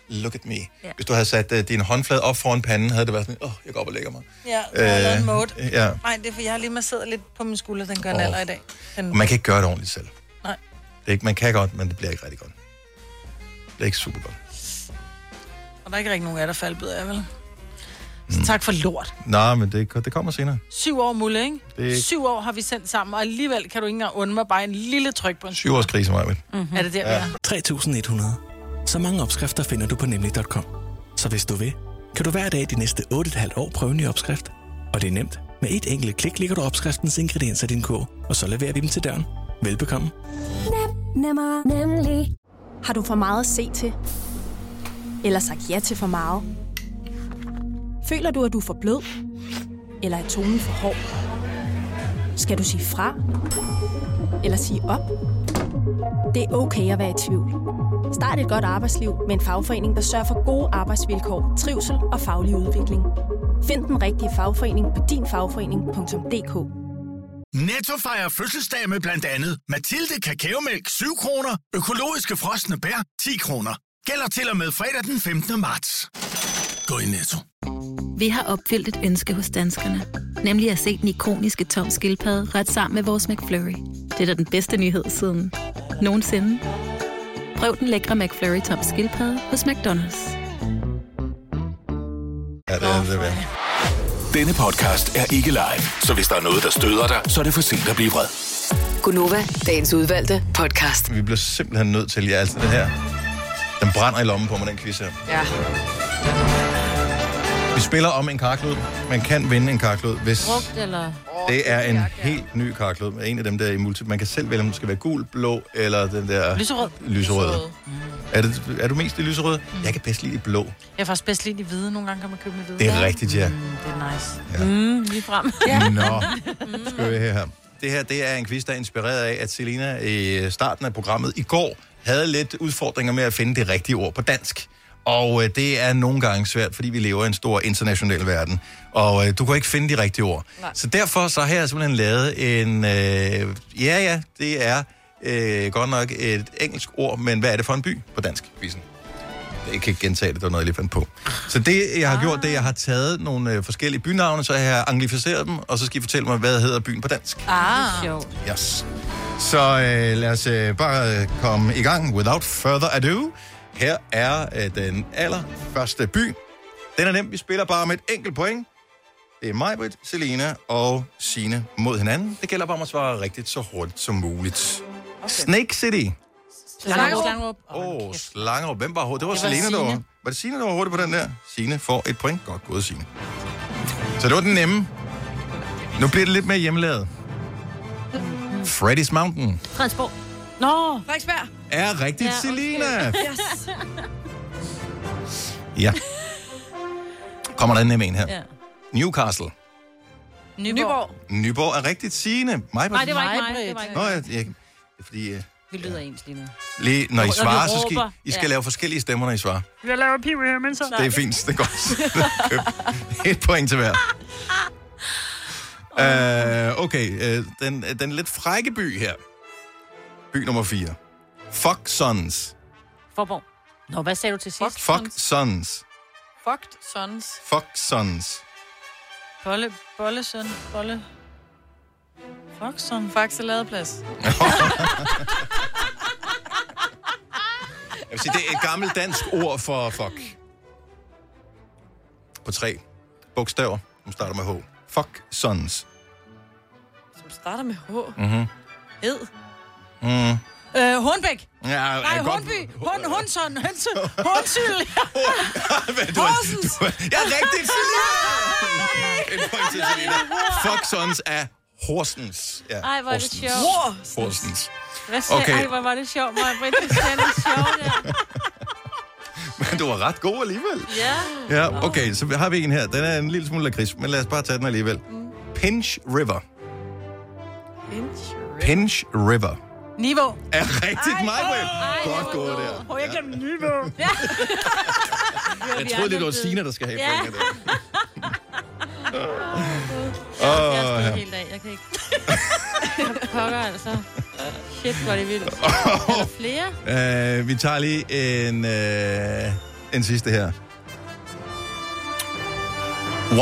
look at me. Hvis du havde sat uh, din håndflade op foran panden, havde det været sådan, åh, oh, jeg går op og lægger mig.
Ja, øh, jeg har lavet en mode.
ja.
Nej, det er for, jeg har lige masseret lidt på min skulder, den gør en
Åh.
alder i dag. Den,
Og man kan ikke gøre det ordentligt selv.
Nej.
Det er ikke, man kan godt, men det bliver ikke rigtig godt. Det bliver ikke super godt.
Og der er ikke rigtig nogen af jer, der faldbyder af, vel? Så tak for lort.
Nej, men det, det kommer senere.
Syv år, Mulle, ikke?
Det er ikke-
Syv år har vi sendt sammen, og alligevel kan du ikke engang undre mig bare en lille tryk på en
Syv års krise, Majbert.
Mm-hmm. Er det der, vi er?
3.100. Så mange opskrifter finder du på nemlig.com. Så hvis du vil, kan du hver dag de næste 8,5 år prøve en ny opskrift. Og det er nemt. Med et enkelt klik ligger du opskriftens ingredienser i din kog, og så leverer vi dem til døren. Velbekomme.
Nem, nemmer, nemlig. Har du for meget at se til? Eller sagt ja til for meget? Føler du, at du er for blød? Eller er tonen for hård? Skal du sige fra? Eller sige op? Det er okay at være i tvivl. Start et godt arbejdsliv med en fagforening, der sørger for gode arbejdsvilkår, trivsel og faglig udvikling. Find den rigtige fagforening på dinfagforening.dk.
Netto fejrer fødselsdag med blandt andet Mathilde Kakaomælk 7 kroner, økologiske frosne bær 10 kroner. Gælder til og med fredag den 15. marts. Gå i Netto.
Vi har opfyldt et ønske hos danskerne. Nemlig at se den ikoniske tom skildpadde ret sammen med vores McFlurry. Det er da den bedste nyhed siden nogensinde. Prøv den lækre McFlurry tom skildpadde hos McDonald's.
Ja, det er det, værd.
Denne podcast er ikke live, så hvis der er noget, der støder dig, så er det for sent at blive vred.
Gunova, dagens udvalgte podcast.
Vi bliver simpelthen nødt til, ja, altså det her. Den brænder i lommen på mig, den quiz her.
Ja.
Vi spiller om en karklud. Man kan vinde en karklud, hvis...
Brugt eller...
Det er en helt ny karklud. En af dem der i multi. Man kan selv vælge, om den skal være gul, blå eller den der...
Lyserød. Mm.
Lyserød. Er, det, er du mest i lyserød? Jeg kan bedst lide i blå.
Jeg er faktisk bedst lige i hvide. Nogle gange kan man købe den i hvide. Mm,
Det er rigtigt, ja.
Det er nice.
Ja.
Mm, lige frem.
Nå, skal vi her. Det her det er en quiz, der er inspireret af, at Selina i starten af programmet i går havde lidt udfordringer med at finde det rigtige ord på dansk. Og øh, det er nogle gange svært, fordi vi lever i en stor international verden. Og øh, du kan ikke finde de rigtige ord. Nej. Så derfor så har jeg simpelthen lavet en... Øh, ja, ja, det er øh, godt nok et engelsk ord, men hvad er det for en by på dansk? Quizzen. Jeg kan ikke gentage det, det var noget, jeg lige fandt
Øh.
på. Så det, jeg har gjort, det er, jeg har taget nogle øh, forskellige bynavne, så jeg har anglificeret dem, og så skal I fortælle mig, hvad hedder byen på dansk.
Ah. Sjovt.
Yes. Så øh, lad os øh, bare øh, komme i gang, without further ado. Her er øh, den allerførste by. Den er nem, vi spiller bare med et enkelt point. Det er Majbrit, Selena og Sine mod hinanden. Det gælder bare om at svare rigtigt så hurtigt som muligt. Okay. Snake City.
Slangerup.
Åh, oh, Slangerup. Hvem var hurtigt? Det var,
Det
det
var
var Selena, der
Signe.
var. Var det Signe, der var hurtigt på den der? Signe får et point. Godt gået, Signe. Så det var den nemme. Nu bliver det lidt mere hjemmelavet. Freddy's Mountain
Fredensborg. Nå!
Frederiksberg.
er rigtigt, ja, Selena. Okay.
Yes.
Ja. Kommer der en nem en her.
Ja.
Newcastle.
Nyborg. Nyborg.
Nyborg er rigtigt, Signe. Mig
Nej, det var ikke mig. Det var ikke
Nå,
mig.
jeg, jeg, fordi, øh,
Vi lyder ens lige nu.
lige, når I
Når vi
svarer, så skal
råber.
I, I skal
Ja.
ja. lave forskellige stemmer, når I svarer.
Jeg laver Pee Wee Hermansen.
Det er fint, det er godt. Et point til hver. Uh, okay, uh, den, den lidt frække by her. By nummer 4. Fuck Sons.
Forborg. Nå, hvad sagde du til sidst?
Fuck Sons.
Fucked sons.
Fuck Sons.
Bolle, bollesøn, bolle. Foxon.
Faxe ladeplads.
Jeg vil sige, det er et gammelt dansk ord for fuck. På tre bogstaver, som starter med H. Fuck sons.
Som starter med H.
Mm-hmm.
Ed.
Mm.
Øh, Hornbæk.
Ja,
Nej,
jeg godt-
Hornby. Hund, Hundson. Hønse. Hundsyl.
Hvad, du, Horsens. Du, ja, rigtigt, Selina! En point til Selina. Fuck sons af Horsens. Ja,
Ej, hvor er det
Horsens.
sjovt.
Horsens. Horsens.
Hvad sagde?
Okay.
Okay. Ej, hvor var det sjovt, Maja Britt. Det er lidt sjovt, der.
Men du var ret god alligevel.
Ja.
Ja, okay, så har vi en her. Den er en lille smule lakrids, men lad os bare tage den alligevel.
Mm.
Pinch River. Pinch River.
Niveau.
Er rigtigt, mig, Godt gået der.
Åh, jeg glemte Niveau. Ja.
Jeg troede lidt, det var Sina, der skal have
Ja.
pointet.
Jeg har
Åh,
fjernsket
ja.
hele dag. Jeg kan ikke... Jeg pokker, altså. Shit, hvor er det vildt. Er der flere?
Uh, vi tager lige en, uh, en sidste her.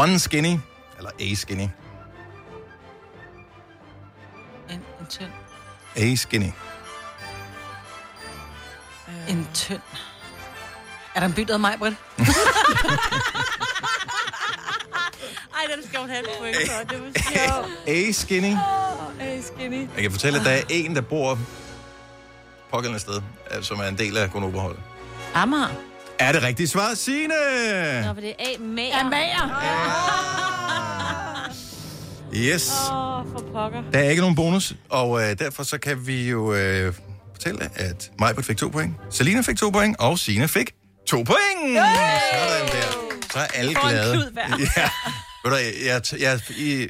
One skinny, eller a skinny.
En, en tynd.
A skinny.
øh. En tynd. Er der en byttet af mig, Britt?
Ej, den skal hun have et point for. Det var sjovt.
A skinny.
Hey, skinny.
Jeg kan fortælle, at der er en, der bor pågældende sted, øh, som er en del af Gunnova-holdet.
Amager.
Er det rigtigt svar, Signe?
Nå, for det er A. Mager. Ja, Mager.
Yes.
Åh, for pokker.
Der er ikke nogen bonus, og øh, derfor så kan vi jo øh, fortælle, at Majbert fik to point, Selina fik to point, og Sina fik to point! Yay! Sådan der. Så er alle
Får en
glade.
klud hver.
ja. Ved du, jeg, jeg, jeg, jeg,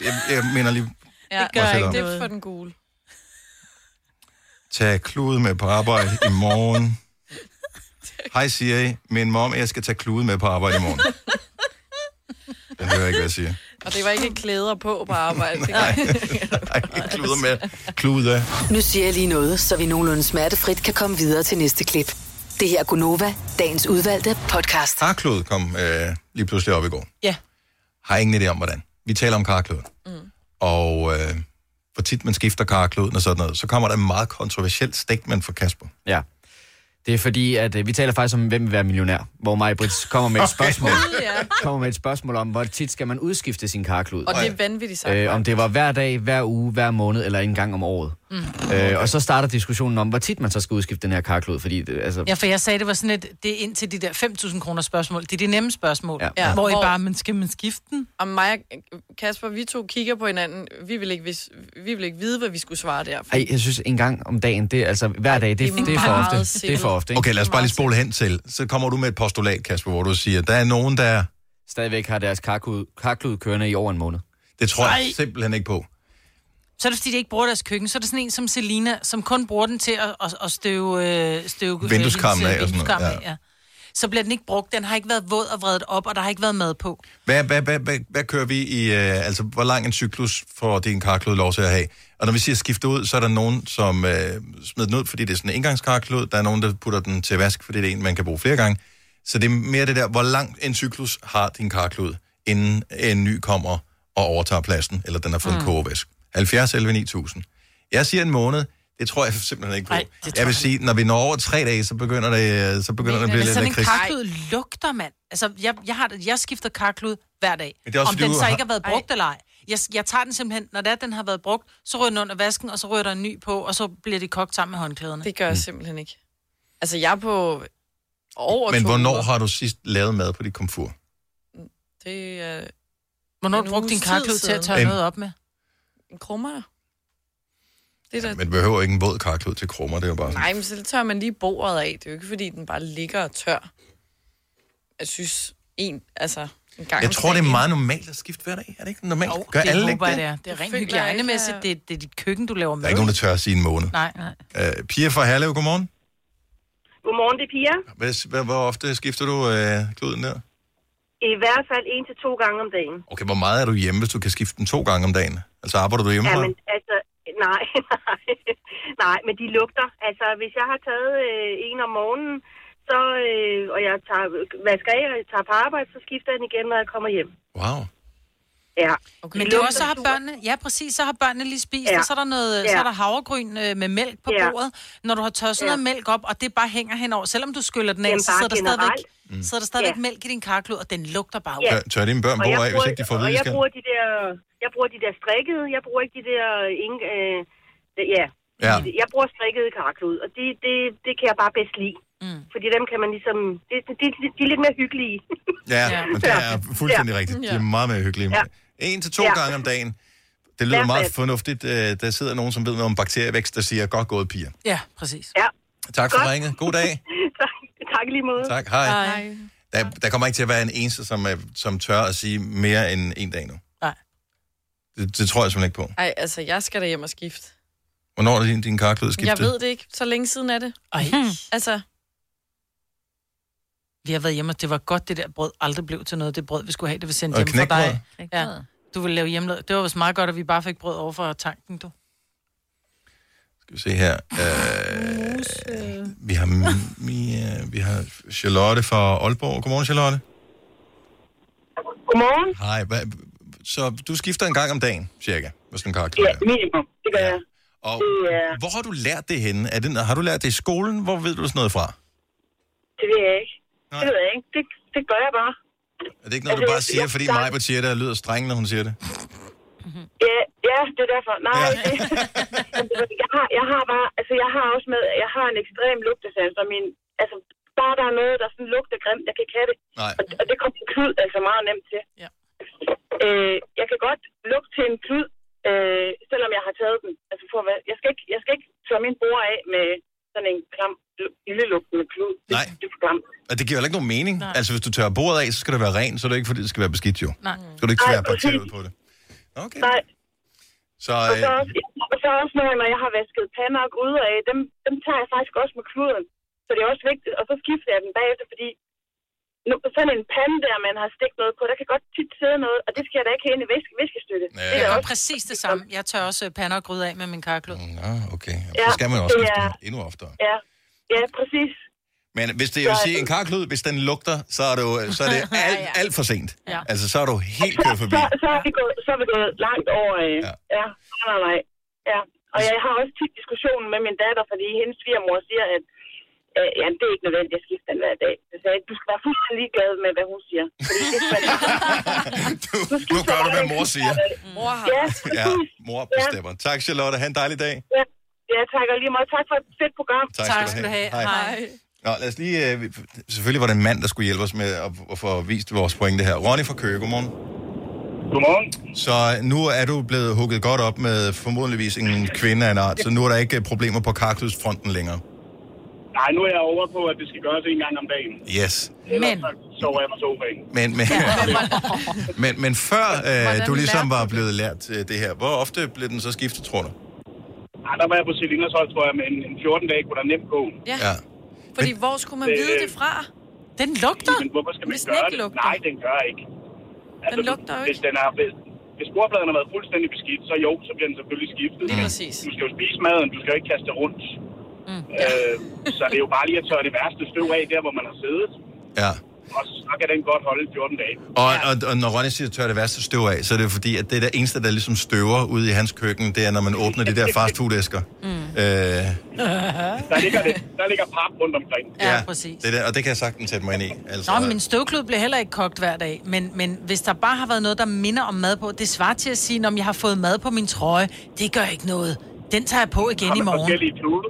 jeg, jeg mener lige,
Ja, det
gør
gør
ikke
ikke
noget.
det for den gule.
tage klude med på arbejde i morgen. Hej Siri, min mom, jeg skal tage klude med på arbejde i morgen. Jeg hører ikke, hvad jeg siger.
Og det var ikke klæder på på arbejde.
Nej. Ej, kluder med.
altså.
Klude.
Nu siger jeg lige noget, så vi nogenlunde smertefrit kan komme videre til næste klip. Det her er Gunova, dagens udvalgte podcast.
Karklod kom øh, lige pludselig op i går.
Ja.
Har ingen idé om, hvordan. Vi taler om karklod. Mm. Og øh, hvor tit man skifter karkloden og sådan noget, så kommer der en meget kontroversiel statement fra Kasper.
Ja. Det er fordi, at øh, vi taler faktisk om, hvem vil være millionær, hvor mig Brits kommer med et spørgsmål.
ja.
kommer med et spørgsmål om, hvor tit skal man udskifte sin karklud.
Og det er vanvittigt sagt.
Øh, om det var hver dag, hver uge, hver måned eller en gang om året. Mm. Øh, og så starter diskussionen om, hvor tit man så skal udskifte den her karklud, fordi det, altså,
Ja, for jeg sagde, det var sådan et, det er ind til de der 5.000 kroner spørgsmål. Det er de nemme spørgsmål.
Ja.
Hvor I
Hvor-
bare, men skal man skifte den?
Og mig og Kasper, vi to kigger på hinanden. Vi vil ikke, vis- vi vil ikke vide, hvad vi skulle svare der.
Ej, jeg synes, en gang om dagen, det er altså hver dag, det,
det er
det, det er for
meget
ofte.
sikkert.
Det er for ofte, ikke?
Okay, lad os bare lige spole hen til. Så kommer du med et postulat, Kasper, hvor du siger, der er nogen, der...
Stadigvæk har deres karklud, karklud kørende i over en måned.
Det tror jeg
Ej.
simpelthen ikke på.
Så er det, fordi de ikke bruger deres køkken. Så er det sådan en som Selina, som kun bruger den til at, at, at støve... øh, støve øh,
Vindueskarmen
hendes, øh,
af og sådan noget,
vindueskarmen
ja.
af, Så bliver den ikke brugt. Den har ikke været våd og vredet op, og der har ikke været mad på.
Hvad, hvad, hvad, hvad, hvad kører vi i... Øh, altså, hvor lang en cyklus får din karklud lov til at have? Og når vi siger skifte ud, så er der nogen, som øh, smider den ud, fordi det er sådan en engangskarklud. Der er nogen, der putter den til vask, fordi det er en, man kan bruge flere gange. Så det er mere det der, hvor lang en cyklus har din karklud, inden en ny kommer og overtager pladsen, eller den har fået mm. en
Mm.
kogevask. 70 11 9000. Jeg siger en måned. Det tror jeg simpelthen ikke på.
Ej,
Ej,
det tror
jeg vil
jeg
sige, når vi når over tre dage, så begynder det, øh, så begynder det at blive
Men
lidt
sådan en
lakrids.
karklud lugter, mand. Altså, jeg, jeg, har, jeg skifter karklud hver dag.
Men det er også,
Om
fordi
den
du
så
har-
ikke har været brugt eller ej. Jeg, jeg tager den simpelthen, når det er, den har været brugt, så rører den under vasken, og så rører der en ny på, og så bliver det kogt sammen med håndklæderne.
Det gør
Mm.
jeg simpelthen ikke. Altså, jeg er på over
Men
to
hvornår
uger.
har du sidst lavet mad på dit komfur?
Det er
Hvornår
en
du brugte din
uges tid
karklud til at
siden.
tørre
Øhm.
noget op med?
En krummer. Det er da...
Men behøver ikke en våd karklud til krummer, det er jo bare sådan.
Nej, men så tør man lige bordet af. Det er jo ikke, fordi den bare ligger og tør. Jeg synes, en, altså, en gang
Jeg
om
tror, det er
dagen.
meget normalt at skifte hver dag. Er det ikke normalt?
Jo,
Gør
det
alle ikke
håber
det?
jeg,
Der
det
er
er.
Det er rent
føler jeg ikke,
hygiejnemæssigt, det, det er dit køkken, du laver med.
ikke nogen, der tør at sige en måned.
Nej, nej.
Øh, Pia fra Herlev, godmorgen.
Godmorgen, det er Pia.
Hvad, hvad, hvor ofte skifter du øh, kluden der?
I hvert fald en til to gange om dagen.
Okay, hvor meget er du hjemme, hvis du kan skifte den to gange om dagen? Altså arbejder du hjemmefra?
men altså, nej, nej, nej, men de lugter. Altså, hvis jeg har taget øh, en om morgenen, så, øh, og jeg tager, vasker af og tager på arbejde, så skifter jeg den igen, når jeg kommer hjem.
Wow.
Ja.
Okay. Men det er også, så har børnene, ja præcis, så har børnene lige spist, ja.
Ja.
og så er der, noget, ja. så
Ja.
er der havregryn øh, med mælk på ja.
Ja.
bordet. Når du har tørset ja.
Ja.
noget mælk op, og det bare hænger henover, selvom du skyller den af,
Jamen,
så
bare
sidder der stadigvæk,
generelt.
mm. sidder der stadigvæk ja.
Ja.
mælk i din karklud, og den lugter bare ud.
Tør, tør dine børn
Og jeg
bord af, hvis
bruger-
ikke de får at
Og
vide, de
jeg
skal?
bruger de der, jeg bruger de der strikkede, jeg bruger ikke de der, ingen, øh, ja,
Ja.
jeg bruger strikkede karklud, og det, det, det kan jeg bare bedst lide. Mm. Fordi dem kan man ligesom, det, det, det, de er lidt mere hyggelige.
Ja, men det er fuldstændig
Ja.
rigtigt. De
Ja.
er meget mere hyggelige.
Ja.
En til to
Ja.
gange om dagen. Det lyder
Hvert
meget
fald.
fornuftigt. Øh, Der sidder nogen, som ved noget om bakterievækst, der siger, godt gået, piger.
Ja, præcis.
Ja.
Tak for
Godt.
ringet. God dag.
tak, tak i lige måde.
Tak. Hej. Der, der kommer ikke til at være en eneste, som, er, som tør at sige mere end en dag nu.
Nej.
Det, det tror jeg simpelthen ikke på.
Ej, altså, jeg skal da hjem og skifte.
Hvornår er din, din karklud skiftet?
Jeg ved det ikke. Så længe siden er det.
Ej.
Altså,
Vi har været hjemme, og det var godt, det der brød aldrig blev til noget. Det brød, vi skulle have, det vi sendte
Og
hjem fra dig.
knækbrød.
Ja. Du ville lave hjemlad. Det var vist meget godt, at vi bare fik brød over fra tanken, du.
Skal vi se her. Øh, vi, har, Mia, vi har Charlotte fra Aalborg. Godmorgen, Charlotte.
Godmorgen.
Hej. Hva, så du skifter en gang om dagen, cirka, hvis du kan
Ja, minimum, det gør jeg.
Og
Det er-
hvor har du lært det henne? Er det, har du lært det i skolen? Hvor ved du sådan noget fra?
Det ved jeg ikke. Det ved jeg ikke. Det, det gør jeg bare.
Er det ikke noget, du
Altså,
bare
jeg-
siger,
jeg-
fordi
der-
Majbert siger det, og lyder streng, når hun siger det?
Ja, ja det er derfor. Nej, ja. jeg, har, jeg har bare, altså jeg har også med, jeg har en ekstrem lugtesans, og min, altså bare der er noget, der sådan lugter grimt, jeg kan ikke have det.
Nej.
Og, og det kom klud altså meget nemt til.
Ja.
Øh, jeg kan godt lugte til en klud, øh, selvom jeg har taget den. Altså for, at være- jeg skal ikke, jeg skal ikke tørre min bord af med sådan en klam, lille lugtende klud.
Nej.
Det er for klamt.
Og det giver heller ikke nogen mening. Nej. Altså, hvis du tørrer bordet af, så skal det være rent, så er det ikke, fordi det skal være beskidt, jo.
Nej.
Så skal du ikke
Nej,
tvære bakterier ud
præcis.
på det. Okay.
Nej,
Så,
Og så,
øh,
også, og så også, når jeg- når jeg har vasket pander og gryder af, dem, dem tager jeg faktisk også med kluden. Så det er også vigtigt. Og så skifter jeg den bagefter, fordi nu, sådan en pande der, man har stegt noget på, der kan godt tit sidde noget, og det skal jeg da ikke have ind i væske, væskestøtte. Ja.
Det er præcis det samme. Jeg tør også øh, pander og gryde af med min karklud.
Nå, okay. så skal man jo også
det
skifte
er-
den endnu oftere.
Ja, ja præcis.
Men hvis det, jeg vil sige, en karklud, hvis den lugter, så er, du, så er det alt, alt for sent.
Ja.
Altså, så er du helt kørt forbi.
Så, så, er vi gået, så er vi gået langt over. Øh, ja. ja. Nej, nej, nej. Ja. Og jeg har også tit diskussionen med min datter, fordi hendes svigermor siger, at øh, jamen, det er ikke nødvendigt at skifte den hver dag. Så sagde jeg, du skal være fuldstændig ligeglad med, hvad hun siger. Fordi det skal man ikke.
Nu gør du, hvad Mm. mor siger.
Mor har
ja,
Ja,
præcis.
mor bestemmer. Tak, Charlotte. Ha' en dejlig dag.
Ja. Ja, tak og lige meget. Tak for et fedt program.
Tak skal Tak du skal du have. have. Hej. Nå, lad os lige... Øh, vi- selvfølgelig var det en mand, der skulle hjælpe os med at, at få vist vores pointe her. Ronny fra Køge, godmorgen. Godmorgen. Så øh, nu er du blevet hugget godt op med formodentligvis en kvinde af en art, så nu er der ikke øh, problemer på karklusfronten længere.
Nej, nu er jeg over på, at det skal gøres en gang om dagen.
Yes.
Ellers så sover jeg på sofaen.
Men, men, men, men før øh, du ligesom var blevet lært øh, det her, hvor ofte blev den så skiftet, tror du?
Nej, der var jeg på Celinders hold, tror jeg, men en 14 dage kunne der nemt gå.
ja.
Ja.
Fordi hvor skulle man vide det fra?
Den lugter.
Men hvorfor skal man
Hvis den
gøre
ikke
det?
lugter.
Nej, den gør ikke. Altså, den lugter ikke. Hvis, den er, hvis, hvis bordpladen har været fuldstændig beskidt, så jo, så bliver den selvfølgelig skiftet.
Lige
Men
præcis.
Du skal jo spise maden, du skal jo ikke kaste det rundt. Mm. Øh, så det er jo bare lige at tørre det værste støv af, der hvor man har siddet.
Ja.
Og så kan den godt holde 14 dage.
Og, og, og når Ronny siger, tør det værste støv af, så er det jo fordi, at det der eneste, der ligesom støver ude i hans køkken, det er, når man åbner de der fastfood-æsker. Mm. Øh,
Der ligger, det, der ligger pap rundt omkring.
Ja, præcis.
Det der, og det kan jeg sagtens sætte mig ind i. Altså,
Nå, men støvklud bliver heller ikke kogt hver dag. Men, men hvis der bare har været noget, der minder om mad på, det svarer til at sige, om jeg har fået mad på min trøje, det gør ikke noget. Den tager jeg på igen i morgen.
forskellige klude.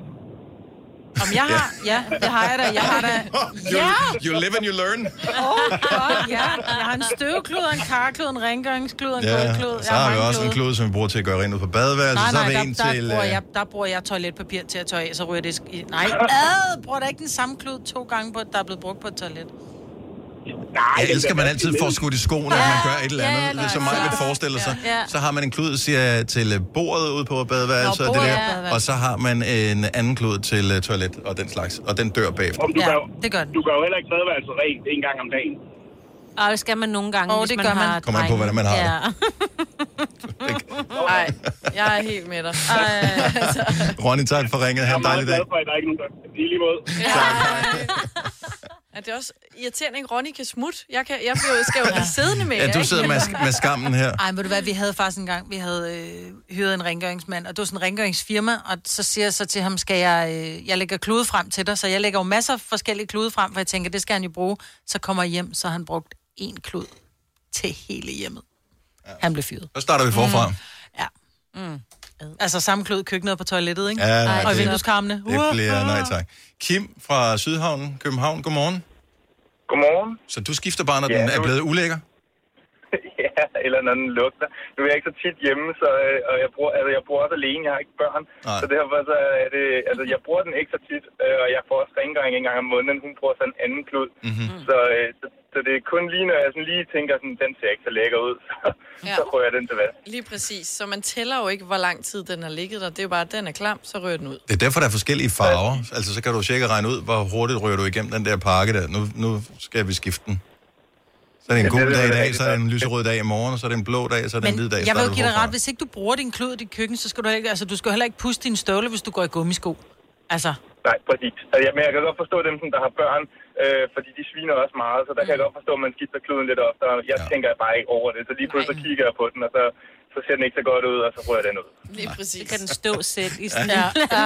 Om jeg har... Ja, det har jeg da. Jeg har da...
You,
Ja!
you live and you learn.
Åh, godt, ja. Jeg har en støvklud, og en karklud, en rengøringsklud, og en ja,
Ja,
gulvklud.
så har vi også en klude, som vi bruger til at gøre rent ud på badeværelset.
Nej,
så har
nej,
vi
der,
en
der,
til...
bruger
øh,
jeg, der bruger jeg toiletpapir til at tørre af, så ryger det... sk- i- Nej, ad, bruger da ikke den samme klud to gange, på, der er blevet brugt på et toilet.
Jeg elsker, man altid får skudt i skoene, at man gør et eller andet.
Ja,
Ja,
ja,
ja, det er så
nej,
meget, man
ja.
forestiller sig.
Ja.
Ja.
Ja.
Så har man en klud siger, jeg, til øh, bordet ude på badeværelset,
Nå,
og, det
bordet,
der,
ja.
og så har man en anden klud til øh, toilet og den slags, og den dør bagefter.
Om du, ja, gør,
det gør
du gør jo heller ikke badeværelset rent en gang om dagen.
Og det skal man nogle gange,
Åh,
hvis
det
man
gør man.
har
Kommer an på, hvordan man har det.
Nej, jeg er helt med dig. altså-
Ronny, tak for ringet. Ha' en dejlig dag.
Jeg er glad for, at der er ikke nogen, der... I lige måde.
Er det også irriterende, ikke? Ronny kan smutte. Jeg, kan, jeg bliver, skal jo blive siddende med
Ja,
jer,
du
ikke?
sidder med, sk- med skammen her.
Ej, ved du hvad, vi havde faktisk en gang, vi havde øh, hyret en rengøringsmand, og det var sådan en rengøringsfirma, og så siger jeg så til ham, skal jeg, øh, jeg lægger klude frem til dig, så jeg lægger jo masser af forskellige klude frem, for jeg tænker, det skal han jo bruge. Så kommer jeg hjem, så har han brugt én klud til hele hjemmet. Han blev fyret.
Så starter vi forfra. Mm.
Ja. Mm. Altså samme klud i køkkenet og på toilettet, ikke?
Ja,
og i
det-
vindueskarmene.
Det bliver nej tak. Kim fra Sydhavnen, København, godmorgen.
Godmorgen.
Så du skifter bare, når
Ja,
den er
nu-
blevet ulækker?
ja, eller når den lugter. Nu er jeg ikke så tit hjemme, så, øh, og jeg bor, altså, jeg bor også alene, jeg har ikke børn.
Nej.
Så derfor så er det, altså, jeg bruger den ikke så tit, øh, og jeg får også rengøring en gang om måneden. Hun bruger sådan en anden klud.
Mm-hmm.
Så, øh, så, så, det er kun lige, når jeg sådan lige tænker, sådan, den ser ikke så lækker ud, så,
Ja.
så rører jeg den til vask.
Lige præcis. Så man tæller jo ikke, hvor lang tid den har ligget der. Det er jo bare, at den er klam, så rører den ud.
Det er derfor, der er forskellige farver. Altså, så kan du cirka regne ud, hvor hurtigt rører du igennem den der pakke der. Nu, nu skal vi skifte den. Så er det en
Ja, det
gul
er
dag i
det
dag,
rigtigt,
så er det en lyserød dag i morgen, og så er det en blå dag, så er det en hvid dag. så
jeg vil
er
jo
det
give dig
forfra.
ret, hvis ikke du bruger din klud i dit køkken, så skal du ikke, altså, du skal heller ikke puste din støvle, hvis du går i gummisko. Altså,
Nej, præcis. Altså, jeg, men jeg kan godt forstå dem, sådan, der har børn, øh, fordi de sviner også meget, så der kan jeg godt forstå, at man skifter kluden lidt oftere. Jeg ja. tænker bare ikke over det, så lige pludselig så kigger jeg på den, og så, så ser den ikke så godt ud, og så rører jeg den ud.
Lige præcis.
Det kan den stå selv i sådan
ja.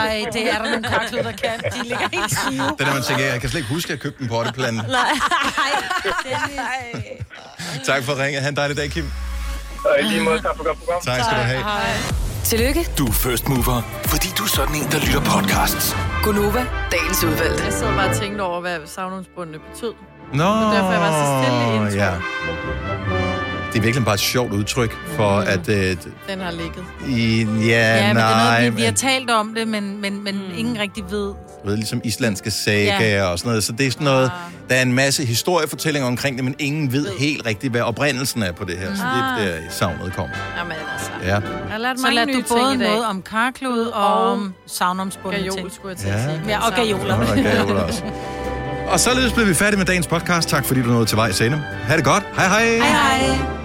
Ej, det er der nogle karklud, der kan. De ligger helt stive.
Det er, når man tænker, jeg kan slet ikke huske, at jeg købte en potteplante.
Nej,
tak for at ringe. Ha' en dejlig dag, Kim.
Og i lige måde, tak for godt program.
Tak skal du have.
Tillykke,
Du er first mover, fordi du er sådan en, der lytter podcasts.
Gunova, dagens udvalgte.
Jeg sidder bare og tænkte over, hvad savnomsbundene betød.
Nå,
Det var derfor, jeg var så stille i introen.
ja. Det er virkelig bare et sjovt udtryk for, at... Øh,
Den har ligget.
i, ja,
Ja, men det er
nej,
noget, vi, vi har talt om det, men, men, men mm. ingen rigtig ved.
ved, ligesom islandske sager
Ja.
ja. og sådan noget. Så det er sådan noget, der er en masse historiefortællinger omkring det, men ingen ved helt rigtigt, hvad oprindelsen er på det her. Så
Ah.
det er der, savnet kommer.
Jamen altså.
Ja.
Jeg har lært
Så
mange
lærte
nye
du
ting
både
i dag.
noget om karklud og om savnomsbundne
Gajol,
ting.
skulle jeg
til at Ja. sige.
Ja, og gajoler.
Og gajoler også. Og således blev vi færdige med dagens podcast. Tak fordi du nåede til vej senere. Ha' det godt. Hej hej.
Hej, hej.